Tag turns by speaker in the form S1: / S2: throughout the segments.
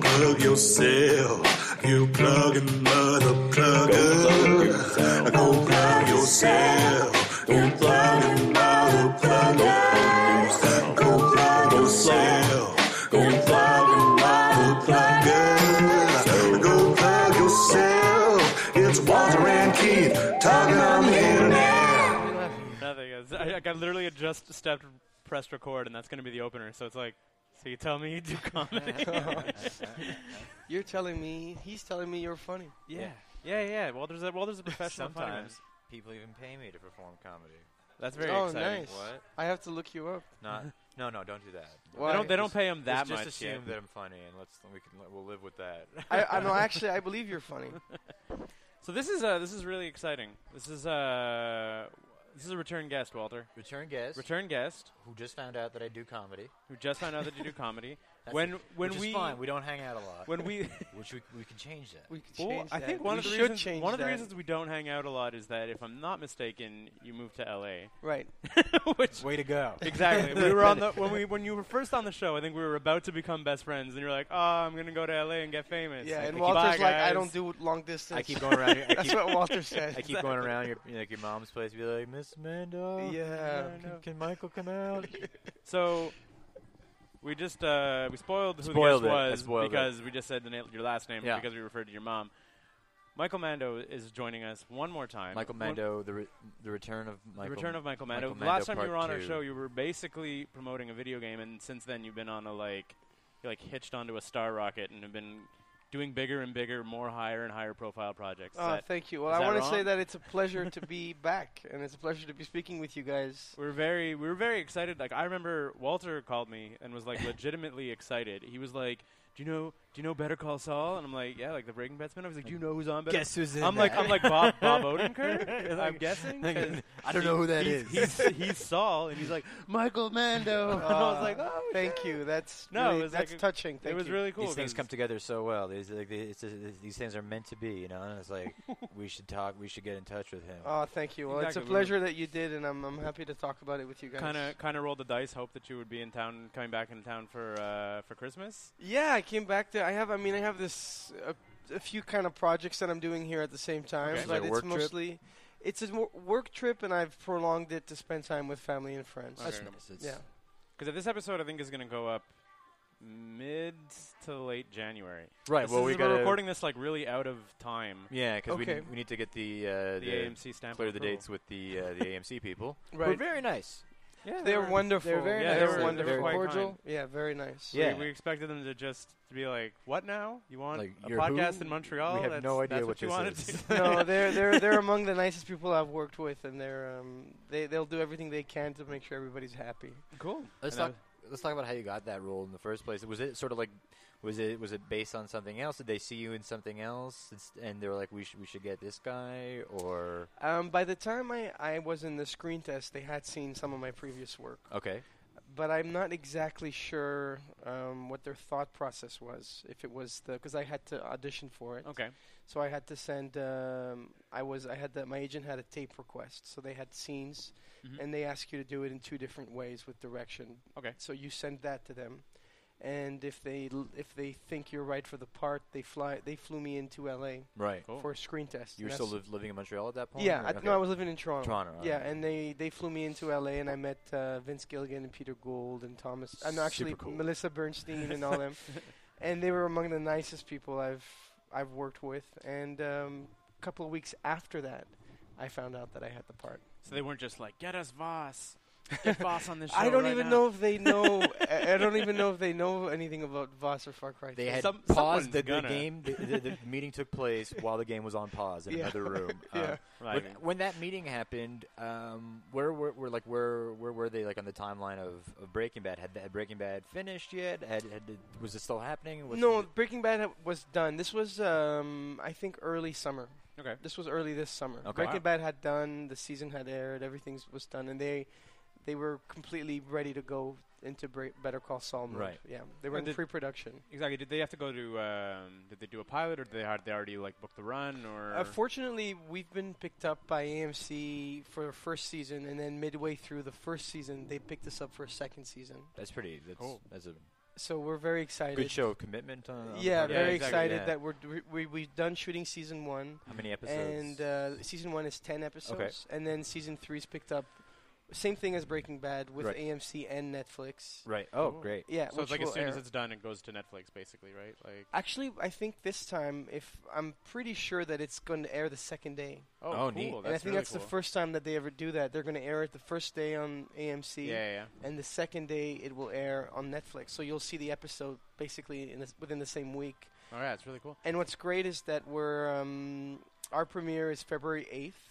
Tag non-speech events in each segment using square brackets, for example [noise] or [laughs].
S1: plug yourself. You plugging mother plugger. Go plug yourself. You plugging mother plugger. Go plug yourself. You plugging mother plugger. Go plug yourself. It's Walter and Keith talking on the internet.
S2: Nothing. It's- I, I literally had just stepped, pressed record, and that's going to be the opener. So it's like, so you tell me you do
S3: [laughs]
S2: comedy?
S3: You're telling me, he's telling me you're funny.
S2: yeah. Yeah, yeah. Well, there's a, well, there's a professional funny man.
S4: Sometimes people even pay me to perform comedy.
S2: That's very
S3: oh,
S2: exciting.
S3: nice.
S4: What?
S3: I have to look you up.
S4: [laughs] Not. no, no, don't do that.
S3: Why?
S2: They don't, they don't pay him that
S4: Let's just
S2: much
S4: assume
S2: yet.
S4: that I'm funny, and let's we can li- we'll live with that. [laughs]
S3: I, I no, actually, I believe
S2: [laughs]
S3: you're funny.
S2: So this is uh, this is really exciting. This is uh, this is a return guest, Walter.
S4: Return guest
S2: Return guest
S4: who just found out that I do comedy.
S2: who just found out that you do comedy.
S4: [laughs] That's
S2: when
S4: it.
S2: when
S4: which
S2: we
S4: is fine. we don't hang out a lot.
S2: when
S4: [laughs]
S2: we
S4: which we, we can change that.
S3: We could
S2: Well,
S3: change
S2: I
S3: that.
S2: think one
S3: We
S2: of the
S3: should
S2: reasons
S3: change
S2: one of the
S3: that.
S2: reasons we don't hang out a lot is that if I'm not mistaken, you moved to
S4: [laughs]
S2: L.A.
S3: Right.
S2: which
S4: Way to go.
S2: Exactly. we were on the when we when you were first on the show. I think we were about to become best friends, and you're like, "Oh, I'm gonna go to LA and get famous."
S3: Yeah,
S2: Like,
S3: and
S2: "Bye,
S3: Walter's like, I
S2: guys."
S3: don't do long distance.
S4: [laughs]
S3: [laughs]
S4: I keep going around. Your, I
S3: That's
S2: [laughs]
S4: keep,
S3: what Walter
S4: I
S3: said.
S4: keep [laughs] going around your like your mom's place. Be like, Miss Amanda.
S3: Yeah.
S2: [laughs] I know.
S4: Can, can Michael come [laughs] out?
S2: So we just uh, we spoiled who
S4: Spoiled
S2: the
S4: it. I
S2: guest was
S4: spoiled it.
S2: because we just said the na- your last name
S4: Yeah.
S2: because we referred to your mom. Michael Mando is joining us one more time.
S4: Michael
S2: One-
S4: Mando. The re- the return of Michael.
S2: the return of Michael Mando.
S4: Michael
S2: The Last
S4: Mando
S2: time you were
S4: Part
S2: on our
S4: Two.
S2: show, you were basically promoting a video game, and since then you've been on a like, you're, like hitched onto a star rocket and have been doing bigger and bigger, more higher and higher profile projects.
S3: Oh,
S2: that
S3: thank you. Well,
S2: is
S3: I
S2: that
S3: want to
S2: wrong?
S3: say that it's a pleasure to be back, and it's a pleasure to be speaking with
S2: [laughs]
S3: you guys.
S2: We were very we were very excited. Like I remember Walter called me and
S4: [laughs]
S2: was like legitimately excited. He was like, "Do you know do you know Better Call Saul?" And I'm like, "Yeah, like the Breaking Bad spin-off." He's like, "Do you know who's on Better?"
S4: Guess who's in
S2: I'm like
S4: that?
S2: I'm like Bob Bob Odenkirk. I'm guessing. 'cause
S4: [laughs] I don't know who that
S2: he's,
S4: is.
S2: he's he's Saul and he's
S4: [laughs]
S2: like [laughs] Michael Mando. and I was
S3: Uh,
S2: like, "Oh,
S3: thank you. That's
S2: No, it
S3: really-
S2: was like
S3: that's
S2: a-
S3: touching.
S2: it
S3: Thank
S2: was
S3: you.
S2: really cool."
S4: these things
S2: 'cause
S4: come together so well. These like the- it's, it's, these things are meant to be, you know. And it's [laughs] like we should talk. We should get in touch with him.
S3: Oh, thank you. Well,
S2: Exactly, we
S3: it's
S2: were-
S3: a pleasure that you did, and I'm, I'm happy to talk about it with you guys.
S2: Kind of, kind of rolled the dice. Hope that you would be in town, coming back in town for uh, for Christmas.
S3: Yeah, I came back to. I have. I mean, I have this uh, a few kind of projects that I'm doing here at the same time,
S2: Okay.
S4: Is
S3: but
S4: that a
S3: it's
S4: work trip?
S3: mostly it's a mo- work trip, and I've prolonged it to spend time with family and friends.
S2: Okay.
S4: That's nice. It's-
S3: Yeah,
S2: Because this episode, I think, is going to go up mid to late January.
S4: Right.
S2: This
S4: Well,
S2: is-
S4: we
S2: we're
S4: got
S2: recording this like really out of time.
S4: Yeah, because we,
S3: Okay.
S4: need- we need to get the uh,
S2: The, AMC stamp.
S4: clear
S2: of
S4: the
S2: approval.
S4: dates with the uh, the AMC [laughs] people.
S3: right.
S4: We're very nice.
S2: Yeah,
S3: they're wonderful.
S4: They're very
S2: Yeah,
S4: nice.
S2: they
S3: They're
S2: were-
S3: wonderful.
S2: they were quite
S4: cordial.
S2: kind.
S3: Yeah, very nice.
S2: We-
S4: Yeah.
S2: We, expected them to just to be like, "What now? You want
S4: Like,
S2: a
S4: you're who?
S2: podcast in Montreal?
S4: We have
S2: that's,
S4: no idea
S2: that's
S4: what
S2: you
S4: this
S2: wanted
S4: is.
S3: [laughs]
S2: to." [laughs]
S3: no, they're they're they're among the nicest people I've worked with, and they're um, they they'll do everything they can to make sure everybody's happy.
S2: cool.
S4: Let's
S2: And I-
S4: talk. Let's talk about how you got that role in the first place. Was it sort of like, was it was it based on something else? Did they see you in something else, and s- and they were like, we should we should get this guy, or
S3: Um, by the time I, I was in the screen test, they had seen some of my previous work.
S4: okay,
S3: but I'm not exactly sure um, what their thought process was. If it was the because I had to audition for it,
S2: Okay.
S3: so I had to send. Um, I was I had the, my agent had a tape request, so they had scenes,
S2: Mhm.
S3: and they ask you to do it in two different ways with direction.
S2: Okay.
S3: so you send that to them, and if they l- if they think you're right for the part, they fly. They flew me into L.A.
S4: right?
S2: Cool.
S3: for a screen test.
S4: You were
S3: and
S4: still
S3: that's-
S4: live, living in Montreal at that point.
S3: yeah,
S4: or-
S3: I,
S4: okay.
S3: no, I was living in Toronto.
S4: Toronto. all
S3: Yeah,
S4: right.
S3: and they, they flew me into LA, and I met uh, Vince Gilligan and Peter Gould and Thomas. And actually
S4: Super cool.
S3: Melissa Bernstein and all
S4: [laughs]
S3: them, and they were among the nicest people I've I've worked with. And um, a couple of weeks after that, I found out that I had the part.
S2: So they weren't just like, "Get us Voss, get Voss on this show."
S3: I don't
S2: right
S3: even
S2: now."
S3: know if
S2: [laughs]
S3: they know. I I don't even know if they know anything about Voss or Far Cry. 3.
S4: They had
S2: Some- someone's
S4: paused the, the
S2: gonna.
S4: game. The, the,
S3: [laughs]
S4: the meeting took place while the game was on pause in
S3: Yeah.
S4: another room. Um,
S3: [laughs] Yeah.
S2: Right.
S4: When, when that meeting happened, um, where were, were like where where were they like on the timeline of, of Breaking Bad? Had, had Breaking Bad finished yet? Had, had it- was it still happening? Was
S3: no, Breaking Bad ha- was done. This was um, I think early summer.
S2: Okay.
S3: This was early this summer.
S4: Okay.
S3: Breaking
S2: Wow.
S3: Bad had done, the season had aired, everything was done, and they they were completely ready to go into Bra- Better Call Saul mode.
S4: Right.
S3: Yeah, they were
S2: And
S3: in
S2: did-
S3: pre-production.
S2: Exactly. Did they have to go to? Um, did they do a pilot, or did they, had they already like book the run? Or
S3: Uh, fortunately, we've been picked up by AMC for the first season, and then midway through the first season, they picked us up for a second season.
S4: That's pretty. That's,
S2: Cool.
S4: that's a
S3: So we're very excited.
S4: good show of commitment. On, on the
S3: Yeah,
S4: part of
S2: Yeah,
S3: very
S4: it.
S2: exactly,
S3: excited
S4: Yeah.
S3: that we're d- we, we've done shooting season one,
S4: How many
S3: and
S4: episodes?
S3: uh, season one is ten episodes, and then season three's picked up. Same thing as Breaking Bad with
S4: Right.
S3: AMC and Netflix.
S4: right. Oh,
S2: Cool.
S4: great.
S3: Yeah,
S2: so
S3: which
S2: it's like
S3: will
S2: as soon
S3: air.
S2: as it's done, it goes to Netflix, basically, right? Like.
S3: Actually, I think this time, if I'm pretty sure that it's going to air the second day,
S2: Oh,
S4: Oh,
S2: cool.
S4: neat.
S2: That's
S3: and I think
S2: really
S3: that's
S2: cool.
S3: the first time that they ever do that. They're going to air it the first day on AMC,
S2: Yeah, yeah. yeah.
S3: and the second day it will air on Netflix. So you'll see the episode basically in this, within the same week.
S2: All right, it's really cool.
S3: And what's great is that we're um, our premiere is February eighth,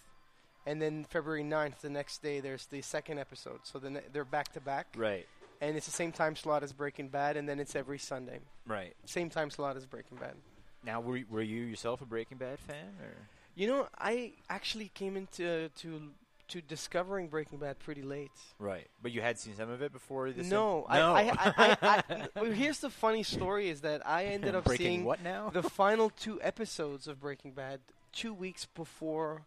S3: and then February 9th, the next day, there's the second episode. So then they're back to back,
S4: Right.
S3: and it's the same time slot as Breaking Bad, and then it's every Sunday,
S4: Right.
S3: same time slot as Breaking Bad.
S4: Now, were y- were you yourself a Breaking Bad fan? Or?
S3: You know, I actually came into to to discovering Breaking Bad pretty late.
S4: Right, but you had seen some of it before this.
S3: No, I, I, I, I,
S4: [laughs]
S3: I- well, here's the funny story: is that I ended up
S4: breaking
S3: seeing
S4: what
S3: [laughs]
S4: now?
S3: the final two episodes of Breaking Bad two weeks before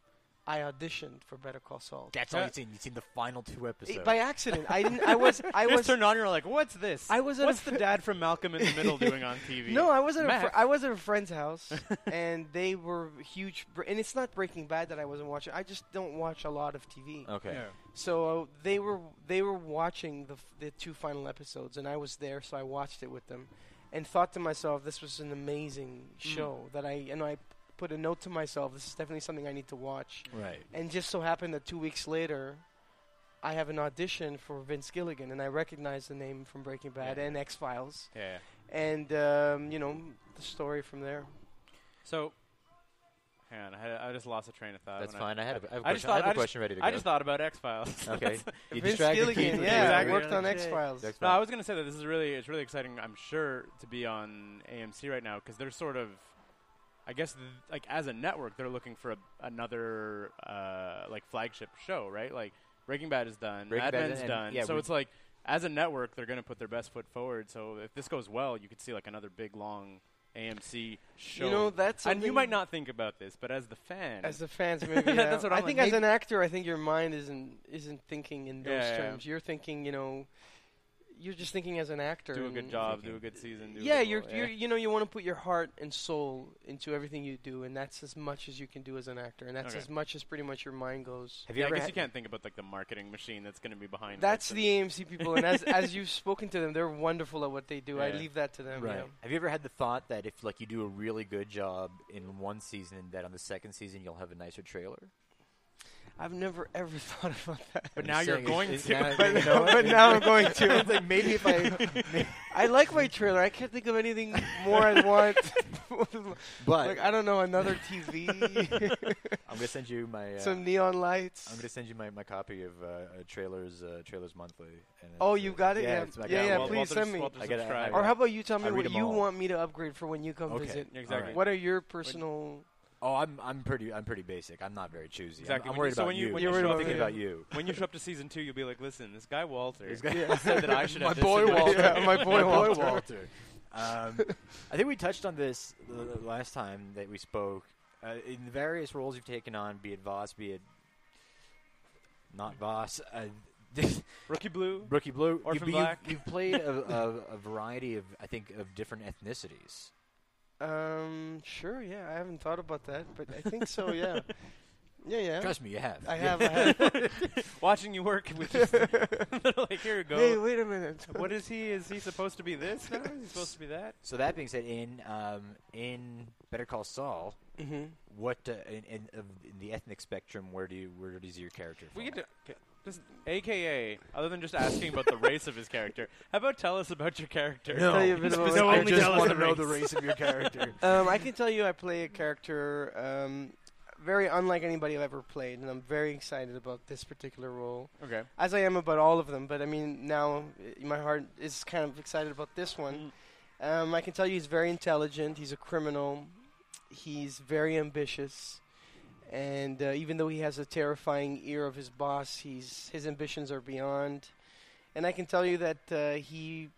S3: I auditioned for Better Call Saul.
S4: That's all you've seen. You've seen the final two
S3: It-
S4: episodes.
S3: by accident, I didn't. I was.
S2: [laughs]
S3: I
S2: Just
S3: was.
S2: turned on. You're like, what's this?
S3: I was at a
S2: What's
S3: fr-
S2: the dad from Malcolm in the
S3: [laughs]
S2: Middle doing on TV?
S3: No, I was at a
S2: Max.
S3: fr- I was at a friend's
S2: [laughs]
S3: house, and they were huge. Br- and it's not Breaking Bad that I wasn't watching. I just don't watch a lot of TV.
S4: okay.
S2: Yeah.
S3: So uh, they were they were watching the f- the two final episodes, and I was there, so I watched it with them, and thought to myself, this was an amazing show that I and I put a note to myself, this is definitely something I need to watch.
S4: Right.
S3: And just so happened that two weeks later, I have an audition for Vince Gilligan, and I recognize the name from Breaking Bad
S2: Yeah.
S3: and X Files,
S2: Yeah. yeah.
S3: and um, you know the story from there.
S2: So, hang on. I, had, I just lost a train of thought.
S4: That's
S2: Uh, when
S4: fine. I had a, I have a
S2: I just
S4: question, I
S2: thought-
S4: have a
S2: I just-
S4: question ready to go.
S2: I just thought [laughs] about X Files. [laughs]
S4: okay. You
S3: Vince
S4: distracted Keith
S3: Gilligan,
S4: with
S3: yeah,
S4: your-
S2: exactly.
S3: worked on
S2: Yeah.
S3: X Files.
S4: That's
S2: No, I
S4: fine.
S2: was gonna say that this is really it's really exciting. I'm sure to be on AMC right now because they're sort of, I guess, th- like as a network, they're looking for a, another uh, like flagship show, right? Like Breaking Bad is done,
S4: Breaking
S2: Mad
S4: Bad
S2: Men's
S4: and-
S2: done,
S4: yeah,
S2: so
S4: we-
S2: it's like as a network, they're gonna put their best foot forward. So if this goes well, you could see like another big long AMC show.
S3: You know that's
S2: and you
S3: something-
S2: might not think about this, but as the fan,
S3: As the fans,
S2: [laughs]
S3: maybe. yeah.
S2: That's what
S3: I
S2: I'm
S3: think
S2: like,
S3: as an actor, I think your mind isn't isn't thinking in those
S2: Yeah, yeah.
S3: terms. You're thinking, you know, you're just thinking as an actor.
S2: do a good
S3: and-
S2: job, do a good season. Do a
S3: yeah,
S2: good
S3: you're,
S2: role,
S3: you're you know you want to put your heart and soul into everything you do, and that's as much as you can do as an actor, and that's
S2: Okay.
S3: as much as pretty much your mind goes.
S4: Have you
S2: Yeah, I
S4: ever?
S2: guess
S4: had-
S2: you can't think about like the marketing machine that's going to be behind.
S3: That's
S2: this.
S3: the AMC people, and as as you've spoken to them, they're wonderful at what they do. I
S2: Yeah.
S3: leave that to them. you
S4: Right.
S3: know.
S4: Have you ever had the thought that if like you do a really good job in one season, that on the second season you'll have a
S2: [laughs]
S4: nicer trailer?
S3: I've never ever [laughs] thought about that.
S2: But now you're
S4: saying
S2: going
S4: it's-
S2: to. [laughs]
S3: But, [laughs]
S4: it's not- you know what?
S3: but now I'm going to.
S4: It's like maybe if I,
S3: I like my trailer. I can't think of anything more I want.
S4: [laughs]
S3: [laughs]
S4: but
S3: like I don't know another
S4: [laughs]
S3: TV,
S4: I'm gonna send you my. Uh,
S3: some neon lights.
S4: I'm gonna send you my, my copy of uh, uh, trailers uh, trailers monthly. And
S3: Oh,
S4: it's,
S3: you
S4: uh,
S3: got it?
S4: Yeah,
S3: Yeah.
S4: it's- I
S3: Yeah,
S4: got
S3: yeah,
S4: it.
S3: please send me.
S4: I gotta-
S2: subscribe.
S3: [laughs] or how about you tell me
S4: I read
S3: what
S4: 'em
S3: you
S4: all.
S3: want me to upgrade for when you come
S4: Okay.
S3: visit?
S2: Exactly.
S4: Alright.
S3: What are your personal?
S4: Oh, I'm I'm pretty I'm pretty basic. I'm not very choosy. I'm-
S2: Exactly.
S4: I'm,
S2: When you-
S4: worried
S2: so
S4: about
S2: when you-
S4: you.
S2: when
S3: you show
S4: I'm
S3: up
S4: thinking
S3: to-
S4: about you.
S2: when you show up to season two, you'll be like, "Listen, this guy Walter
S4: This
S2: [laughs]
S4: guy-
S2: said that I should have
S4: [laughs] My
S2: this
S4: boy
S2: and that."
S4: Walter.
S3: Yeah, my
S4: [laughs]
S3: boy Walter.
S4: Um, I think we touched on this l- l- last time that we spoke. Uh, in the various roles you've taken on, be it Voss, be it not Voss, uh, [laughs]
S2: Rookie Blue.
S4: Rookie Blue,
S2: Orphan
S4: you,
S2: Black.
S4: have
S2: [laughs]
S4: played a, a, a variety of, I think, of different ethnicities.
S3: Um, sure. Yeah, I haven't thought about that, but I think so.
S4: [laughs]
S3: Yeah, yeah, yeah.
S4: Trust me, you have.
S3: I have. I have.
S2: [laughs] Watching you [laughs] work with just like, here you go.
S3: hey, wait a minute.
S2: what is he? Is he supposed to be this? Now? Is he supposed to be that?
S4: So that being said, in um, in Better Call Saul,
S3: hmm
S4: what uh, in, in, of in the ethnic spectrum, where do you, where does your character?
S2: We get
S4: fall?
S2: to okay, just AKA. Other than just asking about the race of his character, how about tell us about your character?
S4: No.
S3: Tell you a bit about
S2: No,
S3: my
S4: I
S2: only
S4: just
S2: tell us
S4: want to
S2: the
S4: know
S2: race.
S4: the race of
S2: [laughs]
S4: your character.
S3: Um, I can tell you, I play a character um, very unlike anybody I've ever played, and I'm very excited about this particular role,
S2: Okay.
S3: as I am about all of them. But I mean, now uh, my heart is kind of excited about this one.
S2: Mm-hmm.
S3: Um, I can tell you, he's very intelligent. He's a criminal. He's very ambitious. and uh, even though he has a terrifying ear of his boss, he's his ambitions are beyond. And I can tell you that uh, he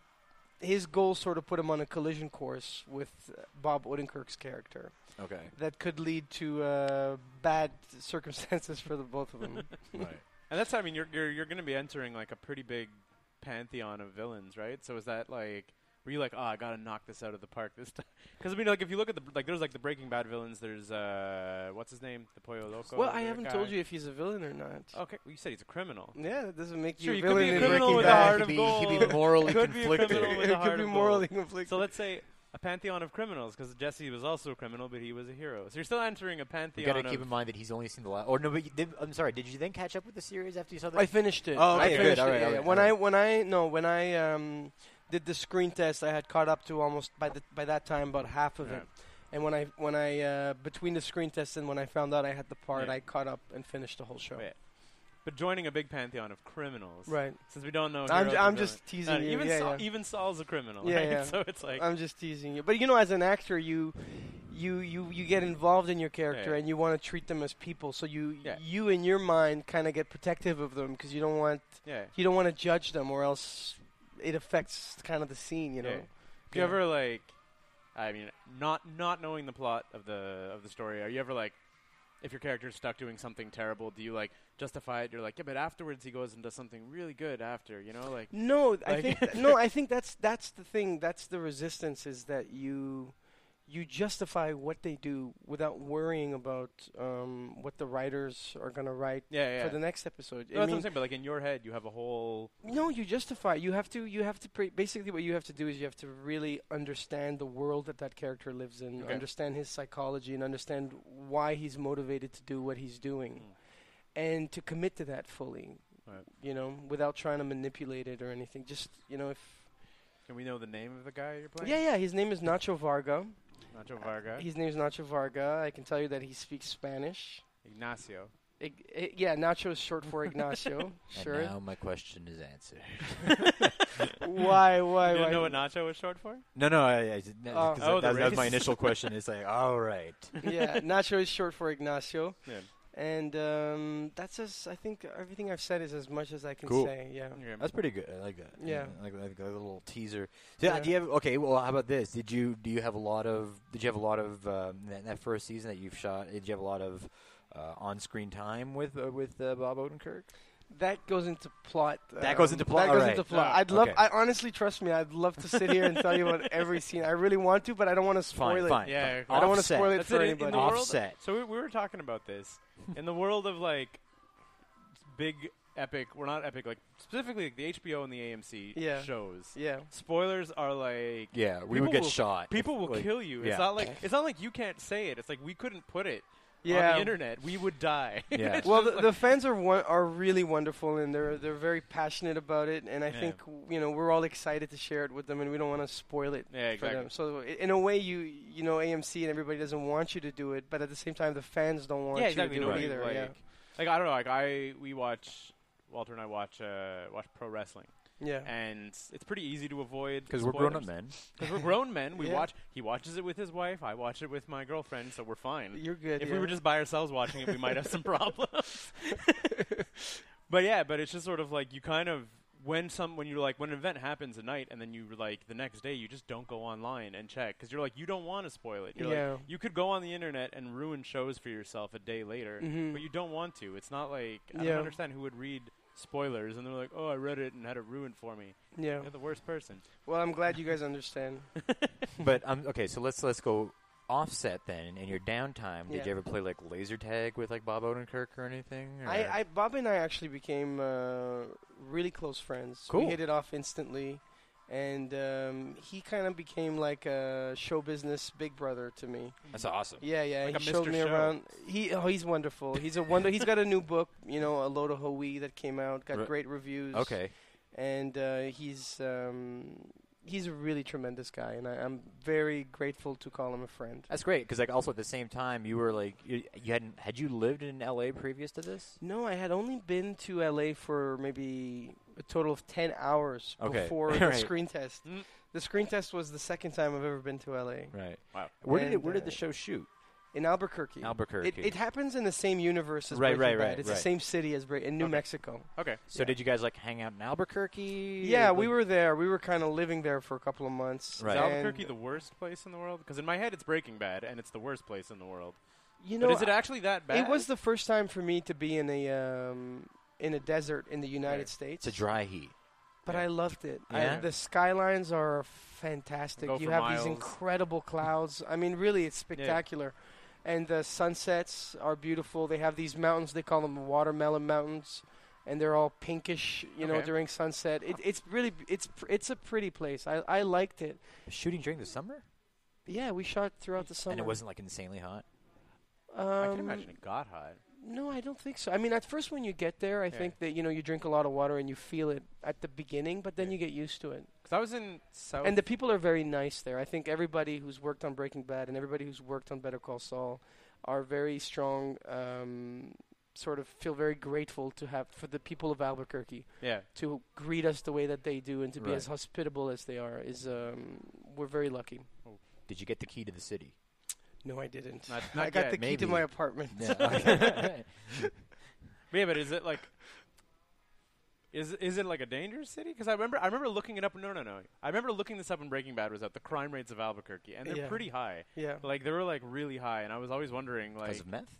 S3: his goals sort of put him on a collision course with uh, Bob Odenkirk's character
S4: Okay.
S3: that could lead to uh, bad [laughs] circumstances for the both of them.
S4: Right.
S2: [laughs] And that's I mean you're you're you're going to be entering like a pretty big pantheon of villains, right? So is that like were you like, oh, I gotta knock this out of the park this time? [laughs] Because I mean, like, if you look at the like, there's like the Breaking Bad villains. There's uh, what's his name, the Pollo Loco.
S3: well, I
S2: the
S3: haven't
S2: guy.
S3: told you if he's a villain or not.
S2: Okay, well, you said he's a criminal.
S3: Yeah, that doesn't make
S2: Sure,
S3: you
S2: you
S3: a
S2: could be
S3: villain
S2: a
S3: in
S2: criminal
S3: Breaking
S2: with a
S3: Bad. [laughs]
S2: heart of gold.
S4: He'd be morally
S2: Could be a
S4: conflicted.
S2: criminal with
S3: it
S2: a heart
S3: could be
S2: of
S3: morally
S2: gold.
S3: conflicted.
S2: So let's say a pantheon of criminals, because Jesse was also a criminal, but he was a hero. So you're still entering a
S4: You
S2: pantheon.
S4: gotta
S2: of
S4: keep in mind that he's only seen the last. Or no, but you did, I'm sorry. Did you then catch up with the series after you saw that?
S3: I finished it.
S4: Oh, okay,
S3: I
S4: good,
S3: finished
S4: alright,
S3: it. yeah,
S4: alright,
S3: yeah. When
S4: alright.
S3: I when I no when I um, did the screen test, I had caught up to almost by the, by that time about half of
S2: Yeah.
S3: it. And when I when I uh, between the screen test and when I found out I had the part,
S2: Yeah.
S3: I caught up and finished the whole show.
S2: Right. But joining a big pantheon of criminals,
S3: Right.
S2: Since we don't know,
S3: I'm
S2: heroes
S3: j-
S2: and
S3: I'm
S2: villains.
S3: just teasing
S2: No,
S3: you.
S2: Uh, Even
S3: yeah,
S2: Saul,
S3: yeah.
S2: even Saul's a criminal,
S3: Yeah,
S2: right? [laughs]
S3: yeah. Uh,
S2: So it's like
S3: I'm just teasing you. But you know, as an actor, you you you you get involved in your character
S2: Yeah.
S3: and you want to treat them as people. So you
S2: Yeah.
S3: you in your mind kind of get protective of them because you don't want
S2: yeah.
S3: you don't want to judge them or else it affects kind of the scene. You know.
S2: Yeah. Do you
S3: Yeah.
S2: ever like, I mean, not not knowing the plot of the of the story, are you ever like, if your character's stuck doing something terrible, do you like justify it? You're like, yeah, but afterwards he goes and does something really good after, you know, like
S3: No, I
S2: Like- [laughs]
S3: think th- no, I think that's that's the thing. That's the resistance is that you you justify what they do without worrying about um, what the writers are going to write
S2: yeah, yeah.
S3: for the next episode.
S2: no, that's
S3: I
S2: what
S3: mean,
S2: I'm saying. But like in your head, you have a whole
S3: no, you justify. You have to. You have to. Pre- basically, what you have to do is you have to really understand the world that that character lives in,
S2: Okay.
S3: understand his psychology, and understand why he's motivated to do what he's doing,
S2: Mm.
S3: and to commit to that fully.
S2: Right.
S3: You know, without trying to manipulate it or anything. Just you know, if
S2: Can we know the name of the guy you're playing?
S3: Yeah, yeah. His name is Nacho Varga.
S2: Nacho Varga.
S3: His name is Nacho Varga. I can tell you that he speaks Spanish.
S2: Ignacio.
S3: Ig- i- yeah, Nacho is short
S2: [laughs]
S3: for Ignacio.
S4: And
S3: sure.
S4: now my question is answered.
S3: [laughs]
S2: [laughs]
S3: Why? Why?
S2: You
S3: Why?
S2: didn't know what Nacho was short for?
S4: No, no, I, I did
S3: Oh.
S4: not- 'cause
S2: Oh,
S4: that,
S2: the
S4: that, that was my
S2: race.
S4: initial question.
S2: [laughs]
S4: It's like, all right.
S3: yeah, Nacho is short for Ignacio.
S2: Yeah.
S3: And um, that's as I think everything I've said is as much as I can
S4: Cool.
S3: say. Yeah.
S4: That's pretty good. I like that.
S3: Yeah.
S4: I like, I like that little teaser. So, yeah,
S3: Yeah.
S4: Do you have okay? Well, how about this? Did you do you have a lot of? Did you have a lot of um, that, that first season that you've shot? Did you have a lot of uh, on-screen time with uh, with uh, Bob Odenkirk?
S3: That goes into plot. um,
S4: That goes into plot,
S3: That goes
S4: alright.
S3: into plot.
S2: Yeah.
S3: I'd love.
S4: Okay.
S3: I honestly trust me. I'd love to sit here and tell you
S2: [laughs]
S3: about every scene. I really want to, but I don't want to spoil
S4: Fine,
S3: it.
S4: fine.
S2: Yeah,
S4: fine.
S2: cool.
S3: I don't want to
S4: Offset.
S3: spoil it
S2: That's
S3: for
S2: it, in- in
S3: anybody.
S2: the world-
S4: Offset.
S2: So we, we were talking about this in the world of like big epic. We're not epic, like specifically like, the HBO and the AMC
S3: Yeah.
S2: shows.
S3: yeah.
S2: Spoilers are like
S4: Yeah, we would
S2: People
S4: get
S2: will-
S4: shot.
S2: people
S4: if,
S2: will
S4: like-
S2: kill you.
S4: yeah.
S2: It's not like it's not like you can't say it. It's like we couldn't put it on
S3: Yeah.
S2: the internet. We would die. [laughs]
S3: [laughs]
S4: Yeah.
S2: It's
S3: well,
S2: just
S3: the,
S2: like-
S3: the fans are won- are really wonderful, and they're they're very passionate about it. And I
S2: Yeah.
S3: think you know we're all excited to share it with them, and we don't want to spoil it
S2: yeah,
S3: for
S2: exactly.
S3: them. So i- in a way, you you know AMC and everybody doesn't want you to do it, but at the same time, the fans don't want
S2: yeah,
S3: you
S2: exactly.
S3: to do
S2: Nobody,
S3: it either.
S2: Like,
S3: yeah,
S2: like I don't know. Like I we watch Walter and I watch uh, watch pro wrestling,
S3: yeah.
S2: and it's pretty easy to avoid
S4: because we're grown up
S2: spoilers.
S4: men.
S2: Because we're grown men, we
S3: [laughs] Yeah.
S2: watch. He watches it with his wife. I watch it with my girlfriend, so we're fine.
S3: You're good.
S2: If
S3: yeah.
S2: we were just by ourselves watching it, we might have
S3: [laughs]
S2: some problems. [laughs] but yeah, but it's just sort of like you kind of when some when you're like when an event happens at night, and then you like the next day, you just don't go online and check because you're like you don't want to spoil it. You're
S3: Yeah.
S2: like you could go on the internet and ruin shows for yourself a day later,
S3: Mhm.
S2: but you don't want to. It's not like I
S3: Yeah.
S2: don't understand who would read spoilers and they're like, oh, I read it and had it ruined for me.
S3: yeah.
S2: You're the worst person.
S3: Well, I'm glad you
S2: [laughs]
S3: guys understand.
S4: but um, okay, so let's let's go offset then. In your downtime, did
S3: Yeah.
S4: you ever play like laser tag with like Bob Odenkirk or anything? Or?
S3: I, I Bob and I actually became uh, really close friends.
S4: Cool.
S3: We hit it off instantly, and um, he kind of became like a show business big brother to me.
S4: That's awesome.
S3: Yeah, yeah.
S2: Like a
S3: he showed
S2: Mr.
S3: me
S2: Show.
S3: around. He oh, he's wonderful. He's a wonder. he's got a new book, you know, a load of Hawaii that came out, got
S4: Right.
S3: great reviews.
S4: Okay.
S3: and uh, he's um, he's a really tremendous guy, and I, I'm very grateful to call him a friend.
S4: That's great because like also at the same time you were like you, you hadn't had you lived in L.A. previous to this?
S3: No, I had only been to LA for maybe a total of ten hours
S4: Okay. [laughs]
S3: before the
S4: Right.
S3: screen test.
S2: Mm.
S3: The screen test was the second time I've ever been to LA.
S4: Right.
S2: Wow.
S4: Where did it,
S3: And,
S4: where did the
S3: uh,
S4: show shoot?
S3: in Albuquerque.
S4: Albuquerque.
S3: It, it happens in the same universe as
S4: Right,
S3: Breaking
S4: right,
S3: Bad.
S4: right,
S3: It's
S4: right.
S3: the same city as Bra- in New
S2: Okay.
S3: Mexico.
S2: Okay.
S4: so did you guys like hang out in Albuquerque?
S3: Yeah,
S4: Like-
S3: we were there. We were kind of living there for a couple of months.
S4: Right.
S2: Is
S3: and-
S2: Albuquerque the worst place in the world? Because in my head, it's Breaking Bad, and it's the worst place in the world.
S3: you know,
S2: but is it actually that bad?
S3: It was the first time for me to be in a um, in a desert in the
S2: Right.
S3: United States.
S4: It's a dry heat.
S3: but
S2: yeah.
S3: I loved it. I,
S4: Yeah?
S3: the skylines are fantastic.
S2: Go
S3: you
S2: for
S3: have
S2: miles.
S3: these incredible clouds. I mean, really, it's spectacular. And the sunsets are beautiful. They have these mountains. They call them watermelon mountains, and they're all pinkish. You know,
S2: Okay.
S3: during sunset, it, it's really it's pr- it's a pretty place. I I liked it.
S4: Shooting during the summer?
S3: Yeah, we shot throughout the summer.
S4: and it wasn't like insanely hot.
S3: Um,
S2: I can imagine it got hot.
S3: No, I don't think so. I mean, at first when you get there, I
S2: Yeah.
S3: think that you know you drink a lot of water and you feel it at the beginning, but then
S2: Yeah.
S3: you get used to it.
S2: Because I was in South.
S3: And the people are very nice there. I think everybody who's worked on Breaking Bad and everybody who's worked on Better Call Saul are very strong. Um, sort of feel very grateful to have for the people of Albuquerque
S2: yeah.
S3: to greet us the way that they do and to be
S4: Right.
S3: as hospitable as they are. Is um, we're very lucky.
S4: Did you get the key to the city?
S3: No, I didn't.
S2: Not,
S3: [laughs] I
S2: not
S3: got
S2: yet.
S3: the key to
S4: maybe.
S3: my apartment. [laughs]
S2: Yeah, but is it like? Is is it like a dangerous city? Because I remember I remember looking it up. No, no, no. I remember looking this up when Breaking Bad was out. The crime rates of Albuquerque, and they're
S3: Yeah.
S2: pretty high.
S3: yeah.
S2: Like they were like really high, and I was always wondering
S4: Because
S2: like
S4: of meth?